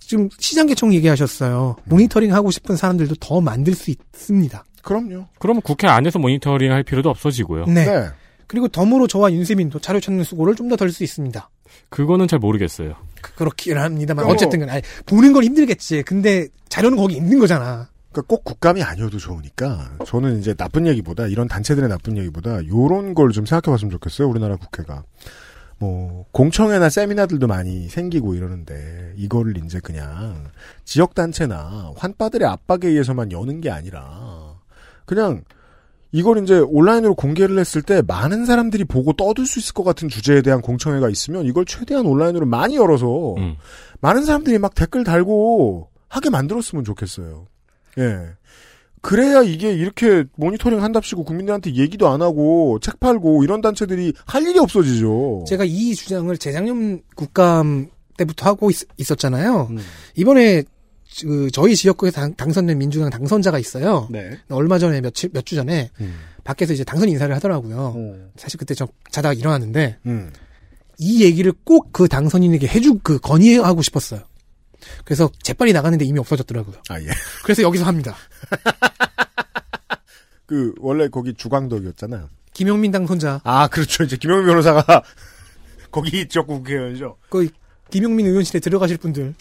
지금 시장 개총 얘기하셨어요. 모니터링 하고 싶은 사람들도 더 만들 수 있습니다.
그럼요.
그럼 국회 안에서 모니터링 할 필요도 없어지고요.
음.
네. 그리고 덤으로 저와 윤세민도 자료 찾는 수고를 좀 더 덜 수 있습니다.
그거는 잘 모르겠어요.
그, 렇긴 합니다만
그럼-
어쨌든 아니, 보는 건 힘들겠지. 근데 자료는 거기 있는 거잖아.
그러니까 꼭 국감이 아니어도 좋으니까 저는 이제 나쁜 얘기보다 이런 단체들의 나쁜 얘기보다 요런 걸 좀 생각해봤으면 좋겠어요. 우리나라 국회가 뭐 공청회나 세미나들도 많이 생기고 이러는데 이거를 이제 그냥 지역 단체나 환빠들의 압박에 의해서만 여는 게 아니라 그냥 이걸 이제 온라인으로 공개를 했을 때 많은 사람들이 보고 떠들 수 있을 것 같은 주제에 대한 공청회가 있으면 이걸 최대한 온라인으로 많이 열어서 많은 사람들이 막 댓글 달고 하게 만들었으면 좋겠어요. 예. 그래야 이게 이렇게 모니터링 한답시고 국민들한테 얘기도 안 하고 책 팔고 이런 단체들이 할 일이 없어지죠.
제가 이 주장을 재작년 국감 때부터 하고 있, 었잖아요 이번에 그 저희 지역구에 당, 선된 민주당 당선자가 있어요.
네.
얼마 전에 며칠 몇 주 전에 밖에서 이제 당선 인사를 하더라고요. 사실 그때 저 자다가 일어났는데
음.
이 얘기를 꼭 그 당선인에게 해주 그 건의하고 싶었어요. 그래서 재빨리 나갔는데 이미 없어졌더라고요.
아 예.
그래서 여기서 합니다.
그 원래 거기 주광덕이었잖아요.
김용민 당선자.
아 그렇죠. 이제 김영민 변호사가 거기 지역구 국회의원이죠.
그 김용민 의원실에 들어가실 분들.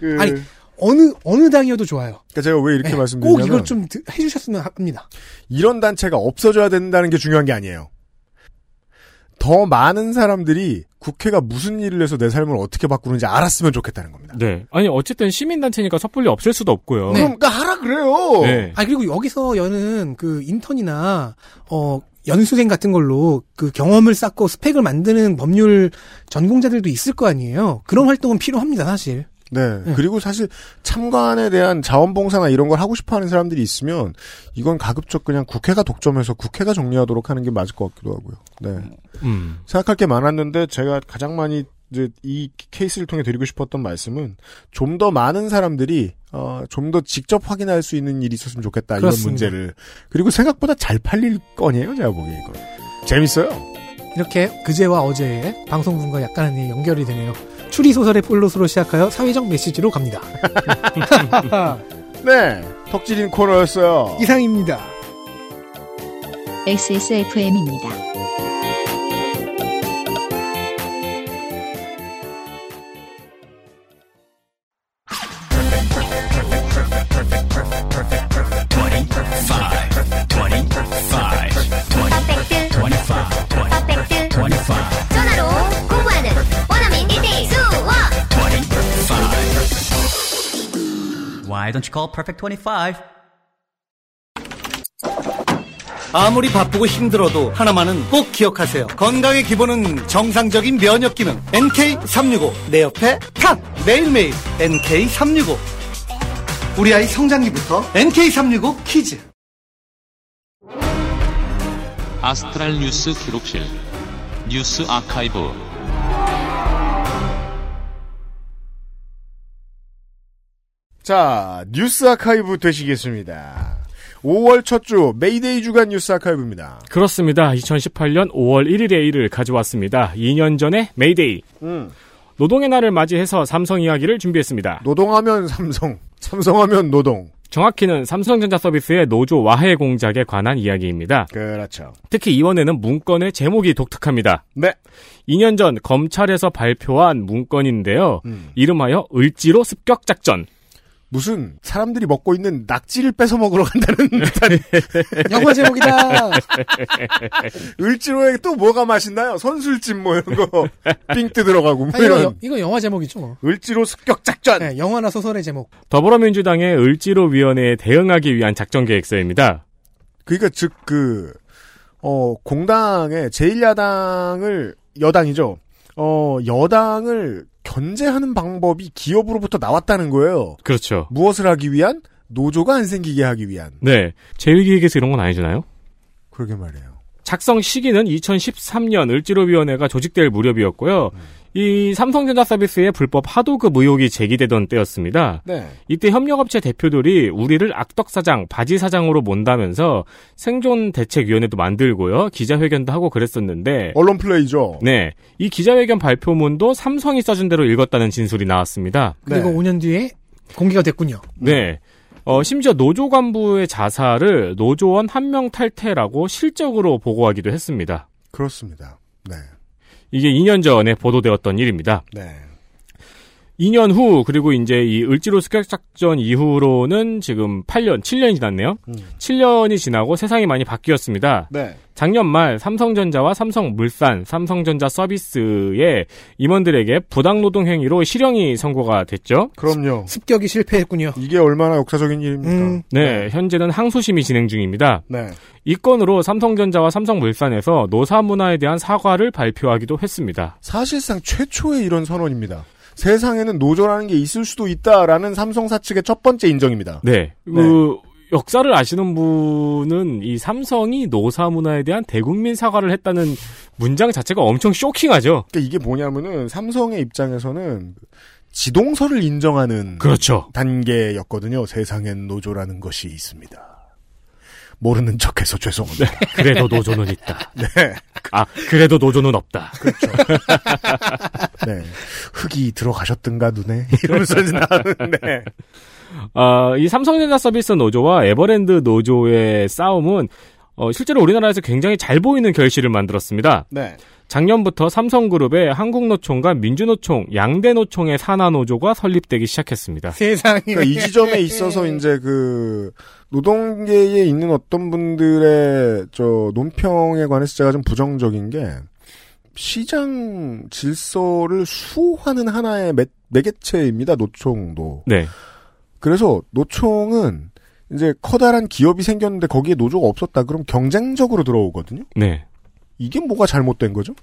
그-
아니 어느 어느 당이어도 좋아요.
그러니까 제가 왜 이렇게
네,
말씀드리냐면
꼭 이걸 좀 드- 해주셨으면 합니다.
이런 단체가 없어져야 된다는 게 중요한 게 아니에요. 더 많은 사람들이 국회가 무슨 일을 해서 내 삶을 어떻게 바꾸는지 알았으면 좋겠다는 겁니다.
네. 아니 어쨌든 시민단체니까 섣불리 없앨 수도 없고요.
그러니까 하라 그래요.
네.
아 그리고 여기서 여는 그 인턴이나 어 연수생 같은 걸로 그 경험을 쌓고 스펙을 만드는 법률 전공자들도 있을 거 아니에요. 그런 활동은 필요합니다, 사실.
네. 그리고 사실 참관에 대한 자원봉사나 이런 걸 하고 싶어 하는 사람들이 있으면 이건 가급적 그냥 국회가 독점해서 국회가 정리하도록 하는 게 맞을 것 같기도 하고요. 네.
음.
생각할 게 많았는데 제가 가장 많이 이제 이 케이스를 통해 드리고 싶었던 말씀은 좀 더 많은 사람들이 어, 좀 더 직접 확인할 수 있는 일이 있었으면 좋겠다
그렇습니다.
이런 문제를 그리고 생각보다 잘 팔릴 거네요 제가 보기에 이건 재밌어요
이렇게 그제와 어제의 방송분과 약간의 연결이 되네요. 추리 소설의 플롯으로 시작하여 사회적 메시지로 갑니다.
네 덕질인 코너였어요
이상입니다
XSFM입니다.
전화로 공부하는 원어민 1대1 수업
Why don't you call Perfect 25?
아무리 바쁘고 힘들어도 하나만은 꼭 기억하세요. 건강의 기본은 정상적인 면역 기능. NK365. 내 옆에 탑! 매일매일 NK365. 우리 아이 성장기부터 NK365 키즈.
아스트랄 뉴스 기록실 뉴스 아카이브
자 뉴스 아카이브 되시겠습니다 5월 첫 주 메이데이 주간 뉴스 아카이브입니다.
그렇습니다. 2018년 5월 1일의 일을 가져왔습니다. 2년 전에 메이데이. 노동의 날을 맞이해서 삼성 이야기를 준비했습니다.
음. 노동하면 삼성, 삼성하면 노동.
정확히는 삼성전자 서비스의 노조 와해 공작에 관한 이야기입니다.
그렇죠.
특히 이번에는 문건의 제목이 독특합니다.
네.
2년 전 검찰에서 발표한 문건인데요.
음.
이름하여 을지로 습격 작전.
무슨 사람들이 먹고 있는 낙지를 뺏어 먹으러 간다는 듯한
영화 제목이다. 아,
을지로에 또 뭐가 맛있나요? 선술집 뭐 이런 거. 삥 뜯어가고 뭐
아, 이거, 여-
이런.
이거 영화 제목이죠. 뭐.
을지로 습격 작전.
네, 영화나 소설의 제목.
더불어민주당의 을지로 위원회에 대응하기 위한 작전 계획서입니다.
그러니까 즉 그 어, 공당의 제1야당을 여당이죠. 어, 여당을 견제하는 방법이 기업으로부터 나왔다는 거예요.
그렇죠.
무엇을 하기 위한? 노조가 안 생기게 하기 위한.
네. 제1기획에서 이런 건 아니잖아요.
그러게 말이에요.
작성 시기는 2013년 을지로위원회가 조직될 무렵이었고요. 이 삼성전자 서비스의 불법 하도급 의혹이 제기되던 때였습니다.
네.
이때 협력업체 대표들이 우리를 악덕사장, 바지사장으로 몬다면서 생존대책위원회도 만들고요. 기자회견도 하고 그랬었는데.
언론 플레이죠.
네. 이 기자회견 발표문도 삼성이 써준 대로 읽었다는 진술이 나왔습니다.
그리고 5년 뒤에 공개가 됐군요.
네. 어, 심지어 노조 간부의 자살을 노조원 한 명 탈퇴라고 실적으로 보고하기도 했습니다.
그렇습니다. 네.
이게 2년 전에 보도되었던 일입니다.
네.
2년 후 그리고 이제 이 을지로 습격 작전 이후로는 지금 8년, 7년이 지났네요. 7년이 지나고 세상이 많이 바뀌었습니다.
네.
작년 말 삼성전자와 삼성물산, 삼성전자 서비스의 임원들에게 부당노동 행위로 실형이 선고가 됐죠.
그럼요.
습격이 실패했군요.
이게 얼마나 역사적인 일입니까?
네, 현재는 항소심이 진행 중입니다.
네.
이 건으로 삼성전자와 삼성물산에서 노사문화에 대한 사과를 발표하기도 했습니다.
사실상 최초의 이런 선언입니다. 세상에는 노조라는 게 있을 수도 있다라는 삼성사 측의 첫 번째 인정입니다.
네. 그 역사를 아시는 분은 이 삼성이 노사 문화에 대한 대국민 사과를 했다는 문장 자체가 엄청 쇼킹하죠.
그러니까 이게 뭐냐면은 삼성의 입장에서는 지동설을 인정하는
그렇죠.
단계였거든요. 세상엔 노조라는 것이 있습니다. 모르는 척해서 죄송합니다.
그래도 노조는 있다.
네.
아, 그래도 노조는 없다.
네. 흙이 들어가셨든가 눈에 이러면서 이제 나오는데
아, 이 삼성전자 서비스 노조와 에버랜드 노조의 싸움은 어, 실제로 우리나라에서 굉장히 잘 보이는 결실을 만들었습니다.
네.
작년부터 삼성그룹의 한국노총과 민주노총, 양대노총의 산하노조가 설립되기 시작했습니다.
세상에.
그러니까 이 지점에 있어서 이제 그 노동계에 있는 어떤 분들의 저 논평에 관해서 제가 좀 부정적인 게 시장 질서를 수호하는 하나의 매, 매개체입니다. 노총도.
네.
그래서 노총은 이제 커다란 기업이 생겼는데 거기에 노조가 없었다. 그럼 경쟁적으로 들어오거든요.
네.
이게 뭐가 잘못된 거죠?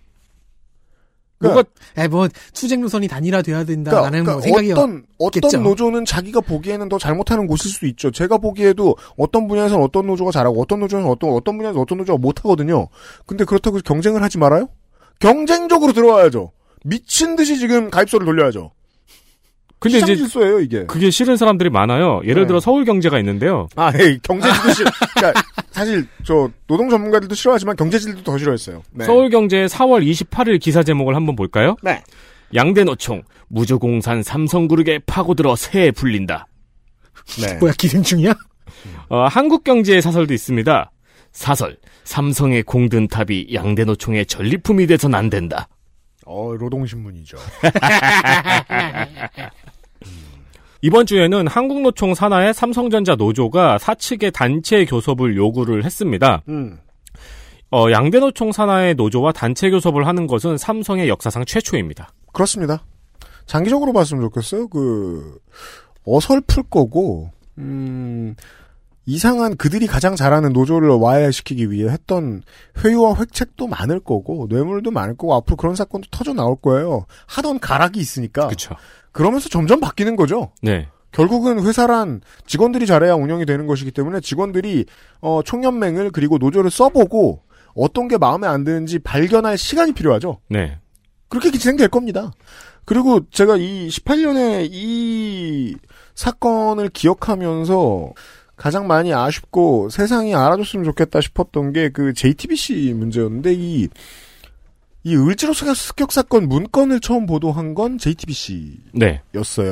그러니까
뭐가 에, 뭐 투쟁 노선이 단일화돼야 된다라는 뭐 생각이
어떤
없겠죠.
어떤 노조는 자기가 보기에는 더 잘못하는 곳일 수도 있죠. 제가 보기에도 어떤 분야에서는 어떤 노조가 잘하고 어떤 노조는 어떤 어떤 분야에서 어떤 노조가 못하거든요. 근데 그렇다고 해서 경쟁을 하지 말아요? 경쟁적으로 들어와야죠. 미친 듯이 지금 가입소를 돌려야죠.
근데
시장
이제
질서예요 이게.
그게 싫은 사람들이 많아요. 예를
네.
들어 서울 경제가 있는데요.
아, 예, 경제질도 싫. 그러니까 사실 저 노동 전문가들도 싫어하지만 경제질도 더 싫어했어요. 네.
서울경제 4월 28일 기사 제목을 한번 볼까요?
네.
양대노총 무조공산 삼성그룹에 파고들어 새해 불린다.
네.
뭐야 기생충이야?
어, 한국경제의 사설도 있습니다. 사설 삼성의 공든탑이 양대노총의 전리품이 돼선 안 된다.
어, 노동신문이죠.
이번 주에는 한국노총 산하의 삼성전자 노조가 사측의 단체 교섭을 요구를 했습니다.
음.
어, 양대노총 산하의 노조와 단체 교섭을 하는 것은 삼성의 역사상 최초입니다.
그렇습니다. 장기적으로 봤으면 좋겠어요. 그 어설플 거고 음, 이상한 그들이 가장 잘하는 노조를 와해시키기 위해 했던 회유와 획책도 많을 거고 뇌물도 많을 거고 앞으로 그런 사건도 터져 나올 거예요. 하던 가락이 있으니까.
그렇죠.
그러면서 점점 바뀌는 거죠.
네.
결국은 회사란 직원들이 잘해야 운영이 되는 것이기 때문에 직원들이 어, 총연맹을 그리고 노조를 써보고 어떤 게 마음에 안 드는지 발견할 시간이 필요하죠.
네.
그렇게 진행될 겁니다. 그리고 제가 이 18년에 이 사건을 기억하면서 가장 많이 아쉽고 세상이 알아줬으면 좋겠다 싶었던 게 그 JTBC 문제였는데 이, 이 을지로 습격 사건 문건을 처음 보도한 건 JTBC였어요.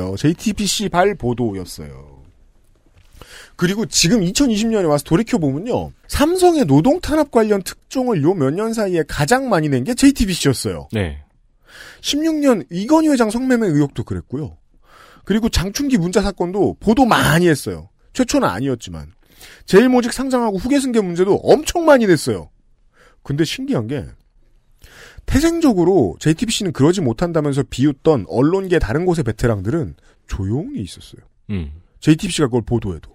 네.
JTBC 발 보도였어요. 그리고 지금 2020년에 와서 돌이켜보면요. 삼성의 노동 탄압 관련 특종을 요 몇 년 사이에 가장 많이 낸 게 JTBC였어요.
네.
16년 이건희 회장 성매매 의혹도 그랬고요. 그리고 장충기 문자 사건도 보도 많이 했어요. 최초는 아니었지만. 제일모직 상장하고 후계승계 문제도 엄청 많이 냈어요. 근데 신기한 게 태생적으로 JTBC는 그러지 못한다면서 비웃던 언론계 다른 곳의 베테랑들은 조용히 있었어요.
음.
JTBC가 그걸 보도해도.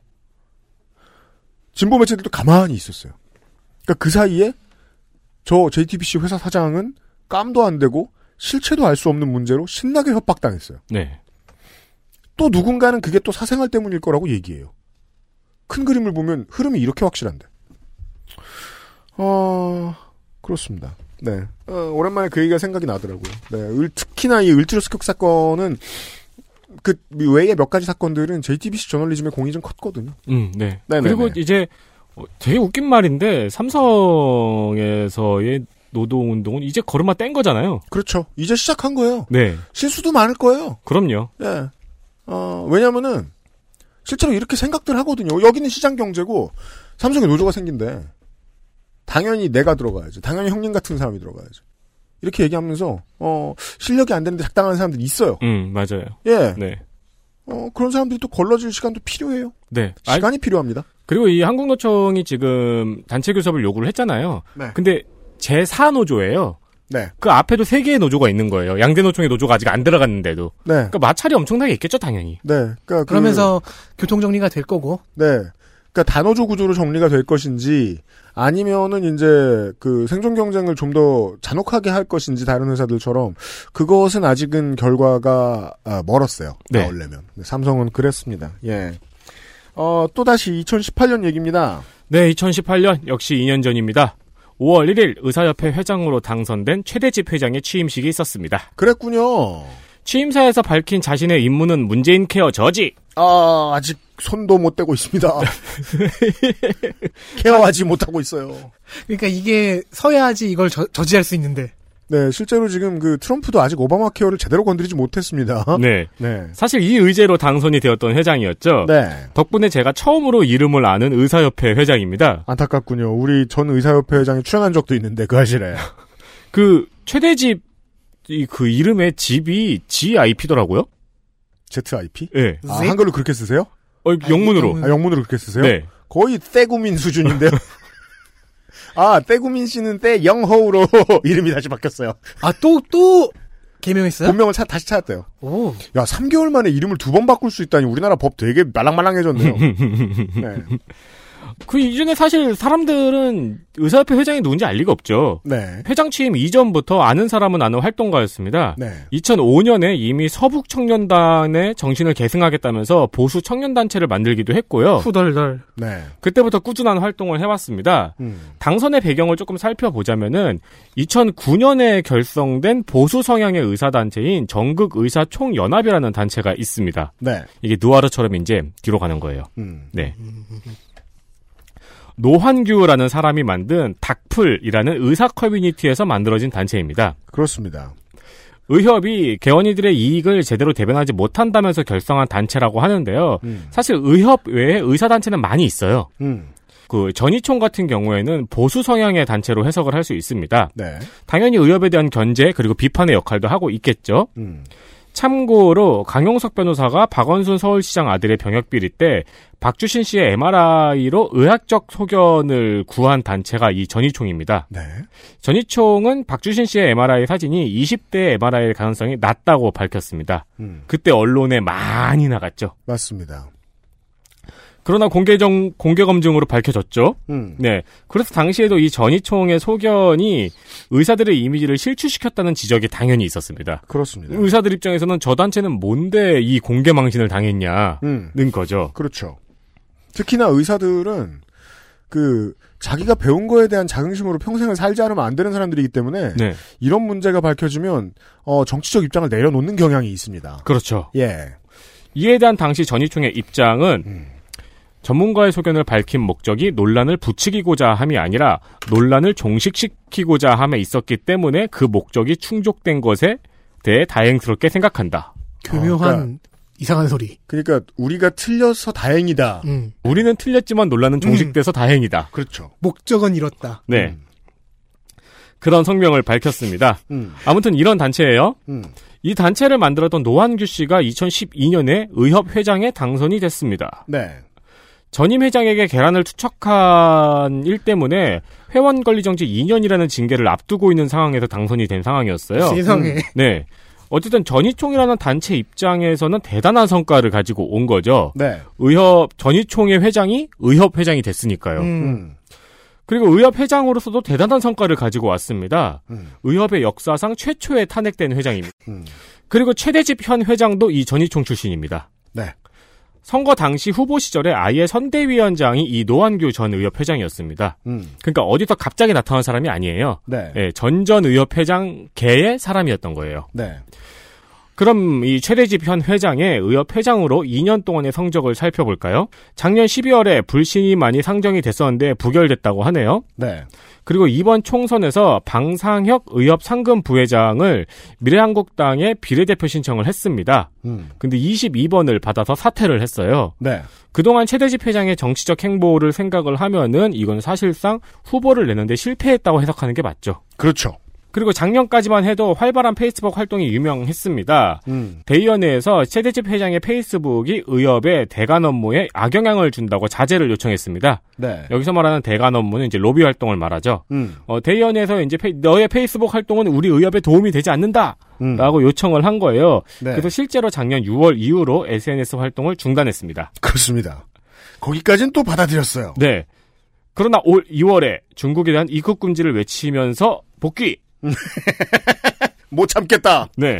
진보 매체들도 가만히 있었어요. 그러니까 그 사이에 저 JTBC 회사 사장은 깜도 안 되고 실체도 알 수 없는 문제로 신나게 협박당했어요.
네.
또 누군가는 그게 또 사생활 때문일 거라고 얘기해요. 큰 그림을 보면 흐름이 이렇게 확실한데. 어, 그렇습니다. 네. 어, 오랜만에 그 얘기가 생각이 나더라고요. 네. 을- 특히나 이 을지로 습격 사건은 그 외에 몇 가지 사건들은 JTBC 저널리즘의 공이 좀 컸거든요.
음, 네.
네네네.
그리고 이제 어, 되게 웃긴 말인데 삼성에서의 노동 운동은 이제 걸음마 뗀 거잖아요.
그렇죠. 이제 시작한 거예요.
네.
실수도 많을 거예요.
그럼요.
예. 어, 왜냐면은, 실제로 이렇게 생각들 하거든요. 여기는 시장 경제고, 삼성에 노조가 생긴데, 당연히 내가 들어가야지. 당연히 형님 같은 사람이 들어가야지. 이렇게 얘기하면서, 어, 실력이 안 되는데 작당하는 사람들이 있어요.
음, 맞아요.
예.
네.
어, 그런 사람들이 또 걸러질 시간도 필요해요.
네. 아,
시간이 필요합니다.
그리고 이 한국노총이 지금 단체 교섭을 요구를 했잖아요.
네.
근데 제4노조예요.
네.
그 앞에도 세 개의 노조가 있는 거예요. 양대노총의 노조가 아직 안 들어갔는데도.
네.
그러니까 마찰이 엄청나게 있겠죠, 당연히.
네. 그러니까 그-
그러면서 교통 정리가 될 거고
네. 그러니까 단어조 구조로 정리가 될 것인지 아니면은 이제 그 생존 경쟁을 좀 더 잔혹하게 할 것인지 다른 회사들처럼 그것은 아직은 결과가 아, 멀었어요.
네.
나오려면. 네, 삼성은 그랬습니다. 예. 어, 또 다시 2018년 얘기입니다.
네, 2018년 역시 2년 전입니다. 5월 1일 의사협회 회장으로 당선된 최대집 회장의 취임식이 있었습니다.
그랬군요.
취임사에서 밝힌 자신의 임무는 문재인 케어 저지.
아, 아직 손도 못 대고 있습니다. 케어하지 못하고 있어요.
그러니까 이게 서야지 이걸 저, 저지할 수 있는데
네, 실제로 지금 그 트럼프도 아직 오바마 케어를 제대로 건드리지 못했습니다.
네.
네.
사실 이 의제로 당선이 되었던 회장이었죠.
네.
덕분에 제가 처음으로 이름을 아는 의사협회 회장입니다.
안타깝군요. 우리 전 의사협회 회장이 출연한 적도 있는데 그 사실에.
그 최대집 이 그 이름의 집이 GIP더라고요.
ZIP?
예.
아,
네.
한글로 그렇게 쓰세요?
어, 영문으로.
아, 영문으로 그렇게 쓰세요?
네.
거의 떼구민 수준인데요. 아, 떼구민 씨는 떼 영호우로 이름이 다시 바뀌었어요.
아 또 또 개명했어요?
본명을 차- 다시 찾았대요.
오
야, 3개월 만에 이름을 두 번 바꿀 수 있다니 우리나라 법 되게 말랑말랑해졌네요. 네.
그 이전에 사실 사람들은 의사협회 회장이 누군지 알 리가 없죠.
네.
회장 취임 이전부터 아는 사람은 아는 활동가였습니다.
네.
2005년에 이미 서북 청년단의 정신을 계승하겠다면서 보수 청년단체를 만들기도 했고요.
후덜덜
네.
그때부터 꾸준한 활동을 해왔습니다.
음.
당선의 배경을 조금 살펴보자면은 2009년에 결성된 보수 성향의 의사단체인 정극의사총연합이라는 단체가 있습니다.
네.
이게 누아르처럼 이제 뒤로 가는 거예요.
음.
네. 노환규라는 사람이 만든 닥풀이라는 의사 커뮤니티에서 만들어진 단체입니다.
그렇습니다.
의협이 개원이들의 이익을 제대로 대변하지 못한다면서 결성한 단체라고 하는데요.
음.
사실 의협 외에 의사단체는 많이 있어요.
음.
그 전희총 같은 경우에는 보수 성향의 단체로 해석을 할 수 있습니다.
네.
당연히 의협에 대한 견제 그리고 비판의 역할도 하고 있겠죠.
음.
참고로 강용석 변호사가 박원순 서울시장 아들의 병역 비리 때 박주신 씨의 MRI로 의학적 소견을 구한 단체가 이 전희총입니다.
네.
전희총은 박주신 씨의 MRI 사진이 20대 MRI일 가능성이 낮다고 밝혔습니다.
음.
그때 언론에 많이 나갔죠.
맞습니다.
그러나 공개정 공개 검증으로 밝혀졌죠.
음.
네. 그래서 당시에도 이 전희총의 소견이 의사들의 이미지를 실추시켰다는 지적이 당연히 있었습니다.
그렇습니다.
의사들 입장에서는 저 단체는 뭔데 이 공개 망신을 당했냐는
음.
거죠.
그렇죠. 특히나 의사들은 그 자기가 배운 거에 대한 자긍심으로 평생을 살지 않으면 안 되는 사람들이기 때문에
네.
이런 문제가 밝혀지면 어, 정치적 입장을 내려놓는 경향이 있습니다.
그렇죠.
예.
이에 대한 당시 전희총의 입장은 전문가의 소견을 밝힌 목적이 논란을 부추기고자 함이 아니라 논란을 종식시키고자 함에 있었기 때문에 그 목적이 충족된 것에 대해 다행스럽게 생각한다.
교묘한 이상한 소리. 음.
그러니까 우리가 틀려서 다행이다.
우리는 틀렸지만 논란은 종식돼서 다행이다.
그렇죠.
목적은 이렇다.
네. 그런 성명을 밝혔습니다.
음.
아무튼 이런 단체예요.
음.
이 단체를 만들었던 노한규 씨가 2012년에 의협 회장에 당선이 됐습니다.
네.
전임 회장에게 계란을 투척한 일 때문에 회원 권리 정지 2년이라는 징계를 앞두고 있는 상황에서 당선이 된 상황이었어요.
세상에. 음.
네. 어쨌든 전희총이라는 단체 입장에서는 대단한 성과를 가지고 온 거죠.
네.
의협 전희총의 회장이 의협 회장이 됐으니까요.
음.
그리고 의협 회장으로서도 대단한 성과를 가지고 왔습니다.
음.
의협의 역사상 최초의 탄핵된 회장입니다. 그리고 최대집 현 회장도 이 전희총 출신입니다.
네.
선거 당시 후보 시절에 아예 선대위원장이 이 노한규 전 의협 회장이었습니다.
음.
그러니까 어디서 갑자기 나타난 사람이 아니에요.
네.
예, 전전 의협 회장 계의 사람이었던 거예요.
네.
그럼 이 최대집 현 회장의 의협 회장으로 2년 동안의 성적을 살펴볼까요? 작년 12월에 불신이 많이 상정이 됐었는데 부결됐다고 하네요.
네.
그리고 이번 총선에서 방상혁 의협 상금 부회장을 미래한국당에 비례대표 신청을 했습니다.
음.
근데 22번을 받아서 사퇴를 했어요.
네.
그동안 최대집 회장의 정치적 행보를 생각을 하면은 이건 사실상 후보를 내는데 실패했다고 해석하는 게 맞죠.
그렇죠.
그리고 작년까지만 해도 활발한 페이스북 활동이 유명했습니다.
음.
대의원회에서 최대집 회장의 페이스북이 의협의 대간 업무에 악영향을 준다고 자제를 요청했습니다.
네.
여기서 말하는 대간 업무는 이제 로비 활동을 말하죠.
음.
어, 대의원에서 이제 페이- 너의 페이스북 활동은 우리 의협에 도움이 되지 않는다.
음.
라고 요청을 한 거예요.
네.
그래서 실제로 작년 6월 이후로 SNS 활동을 중단했습니다.
그렇습니다. 거기까지는 또 받아들였어요.
네. 그러나 올 2월에 중국에 대한 입국 금지를 외치면서 복귀.
못 참겠다.
네.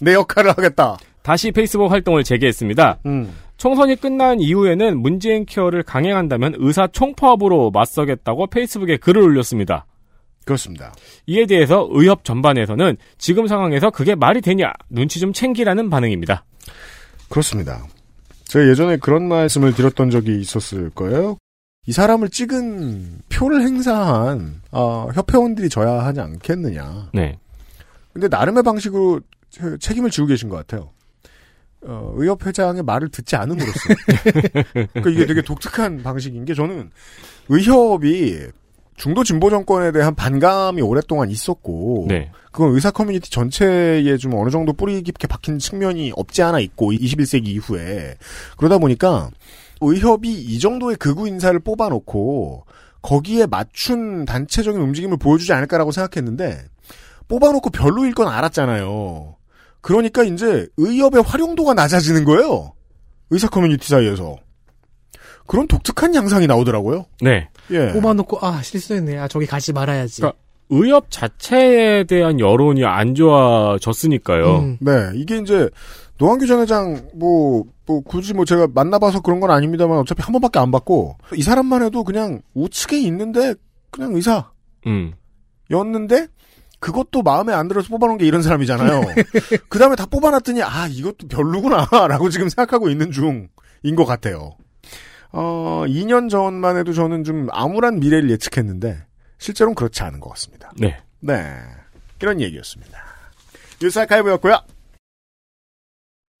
내 역할을 하겠다.
다시 페이스북 활동을 재개했습니다.
음.
총선이 끝난 이후에는 문재인 케어를 강행한다면 의사 총파업으로 맞서겠다고 페이스북에 글을 올렸습니다.
그렇습니다.
이에 대해서 의협 전반에서는 지금 상황에서 그게 말이 되냐 눈치 좀 챙기라는 반응입니다.
그렇습니다. 제가 예전에 그런 말씀을 드렸던 적이 있었을 거예요. 이 사람을 찍은 표를 행사한 아, 협회원들이 져야 하지 않겠느냐.
네.
근데 나름의 방식으로 체- 책임을 지고 계신 것 같아요. 어, 의협 회장의 말을 듣지 않음으로써. 그러니까 이게 되게 독특한 방식인 게 저는 의협이 중도 진보 정권에 대한 반감이 오랫동안 있었고
네.
그건 의사 커뮤니티 전체에 좀 어느 정도 뿌리 깊게 박힌 측면이 없지 않아 있고 21세기 이후에 그러다 보니까 의협이 이 정도의 극우 인사를 뽑아놓고 거기에 맞춘 단체적인 움직임을 보여주지 않을까라고 생각했는데 뽑아놓고 별로일 건 알았잖아요. 그러니까 이제 의협의 활용도가 낮아지는 거예요. 의사 커뮤니티 사이에서 그런 독특한 양상이 나오더라고요.
네.
예.
뽑아놓고 아 실수했네. 아 저기 가지 말아야지.
그러니까 의협 자체에 대한 여론이 안 좋아졌으니까요.
음.
네, 이게 이제 노한규 전 회장 뭐, 뭐 굳이 뭐 제가 만나봐서 그런 건 아닙니다만 어차피 한 번밖에 안 받고 이 사람만 해도 그냥 우측에 있는데 그냥
음.
의사였는데 그것도 마음에 안 들어서 뽑아놓은 게 이런 사람이잖아요. 그 다음에 다 뽑아놨더니 아 이것도 별로구나라고 지금 생각하고 있는 중인 것 같아요. 어, 2년 전만 해도 저는 좀 암울한 미래를 예측했는데 실제로는 그렇지 않은 것 같습니다.
네.
네, 이런 얘기였습니다. 뉴스 아카이브였고요.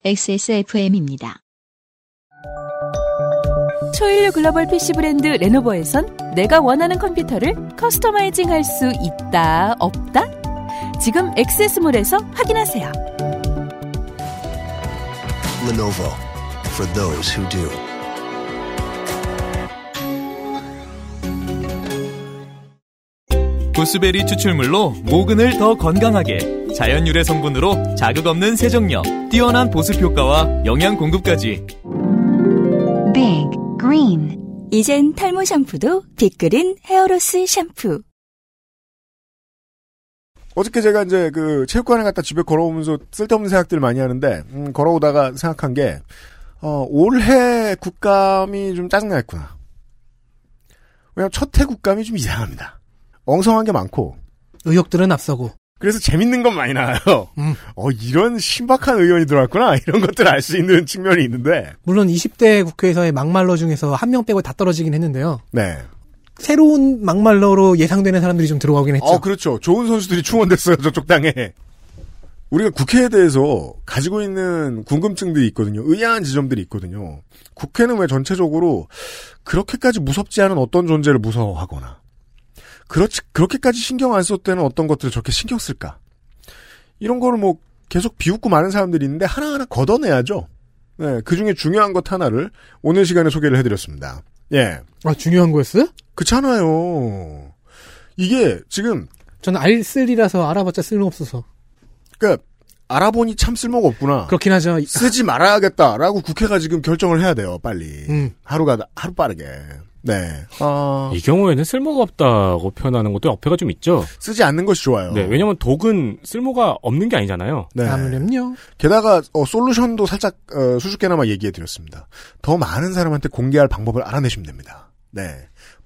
XSFM입니다.
초일류 글로벌 PC 브랜드 레노버에선 내가 원하는 컴퓨터를 커스터마이징 할 수 있다, 없다? 지금 액세스몰에서 확인하세요.
Lenovo for those who do.
보스베리 추출물로 모근을 더 건강하게 자연 유래 성분으로 자극 없는 세정력 뛰어난 보습 효과와 영양 공급까지
빅 그린 이젠 탈모 샴푸도 빅그린 헤어로스 샴푸
어저께 제가 이제 그 체육관에 갔다 집에 걸어오면서 쓸데없는 생각들 을 많이 하는데 음, 걸어오다가 생각한 게 어, 올해 국감이 좀 짜증나겠구나. 왜냐면 첫해 국감이 좀 이상합니다. 엉성한 게 많고
의혹들은 앞서고
그래서 재밌는 건 많이 나와요. 어, 이런 신박한 의견이 들어왔구나. 이런 것들을 알 수 있는 측면이 있는데.
물론 20대 국회에서의 막말러 중에서 한 명 빼고 다 떨어지긴 했는데요.
네.
새로운 막말러로 예상되는 사람들이 좀 들어가긴 했죠.
어, 그렇죠. 좋은 선수들이 충원됐어요, 저쪽 땅에. 우리가 국회에 대해서 가지고 있는 궁금증들이 있거든요. 의아한 지점들이 있거든요. 국회는 왜 전체적으로 그렇게까지 무섭지 않은 어떤 존재를 무서워하거나, 그렇지, 그렇게까지 신경 안 썼다는 어떤 것들을 저렇게 신경 쓸까? 이런 거를 뭐 계속 비웃고 많은 사람들이 있는데 하나하나 걷어내야죠. 네, 그 중에 중요한 것 하나를 오늘 시간에 소개를 해드렸습니다. 예.
아, 중요한 거였어요?
그렇잖아요. 이게 지금
저는 알쓸이라서 알아봤자 쓸모없어서.
그러니까 알아보니 참 쓸모가 없구나.
그렇긴 하죠.
쓰지 말아야겠다라고 국회가 지금 결정을 해야 돼요. 빨리
음.
하루가 하루 빠르게. 네. 아,
이 경우에는 쓸모가 없다고 표현하는 것도 옆에가 좀 있죠.
쓰지 않는 것이 좋아요.
네, 왜냐면 독은 쓸모가 없는 게 아니잖아요.
네.
아무렴요.
게다가 어, 솔루션도 살짝 어, 수줍게나마 얘기해 드렸습니다. 더 많은 사람한테 공개할 방법을 알아내시면 됩니다. 네,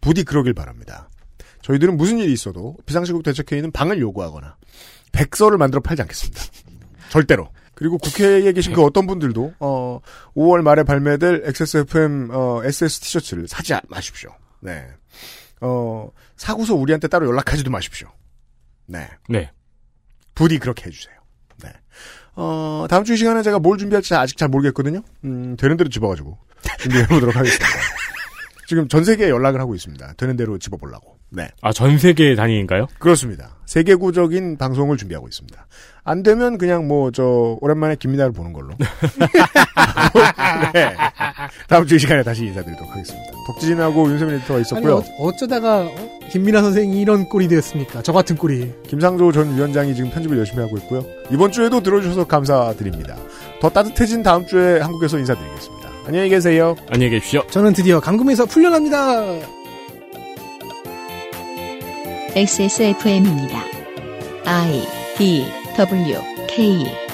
부디 그러길 바랍니다. 저희들은 무슨 일이 있어도 비상시국 대책회의는 방을 요구하거나 백서를 만들어 팔지 않겠습니다. 절대로. 그리고 국회에 계신 그 어떤 분들도 어, 5월 말에 발매될 XSFM 어, SS 티셔츠를 사지 아- 마십시오. 네, 어, 사고서 우리한테 따로 연락하지도 마십시오. 네.
네.
부디 그렇게 해주세요. 네. 어, 다음 주 이 시간에 제가 뭘 준비할지 아직 잘 모르겠거든요. 음, 되는 대로 집어가지고 준비해보도록 하겠습니다. 지금 전 세계에 연락을 하고 있습니다. 되는 대로 집어보려고. 네.
아, 전 세계 단위인가요?
그렇습니다. 세계구적인 방송을 준비하고 있습니다. 안 되면 그냥 뭐, 저, 오랜만에 김민아를 보는 걸로. 네. 다음 주 이 시간에 다시 인사드리도록 하겠습니다. 복지진하고 윤세민 에디터가 있었고요.
아니, 어, 쩌다가 김민아 선생이 이런 꼴이 되었습니까? 저 같은 꼴이.
김상조 전 위원장이 지금 편집을 열심히 하고 있고요. 이번 주에도 들어주셔서 감사드립니다. 더 따뜻해진 다음 주에 한국에서 인사드리겠습니다. 안녕히 계세요.
안녕히 계십시오.
저는 드디어 감금에서 풀려납니다.
XSFM입니다. I D W K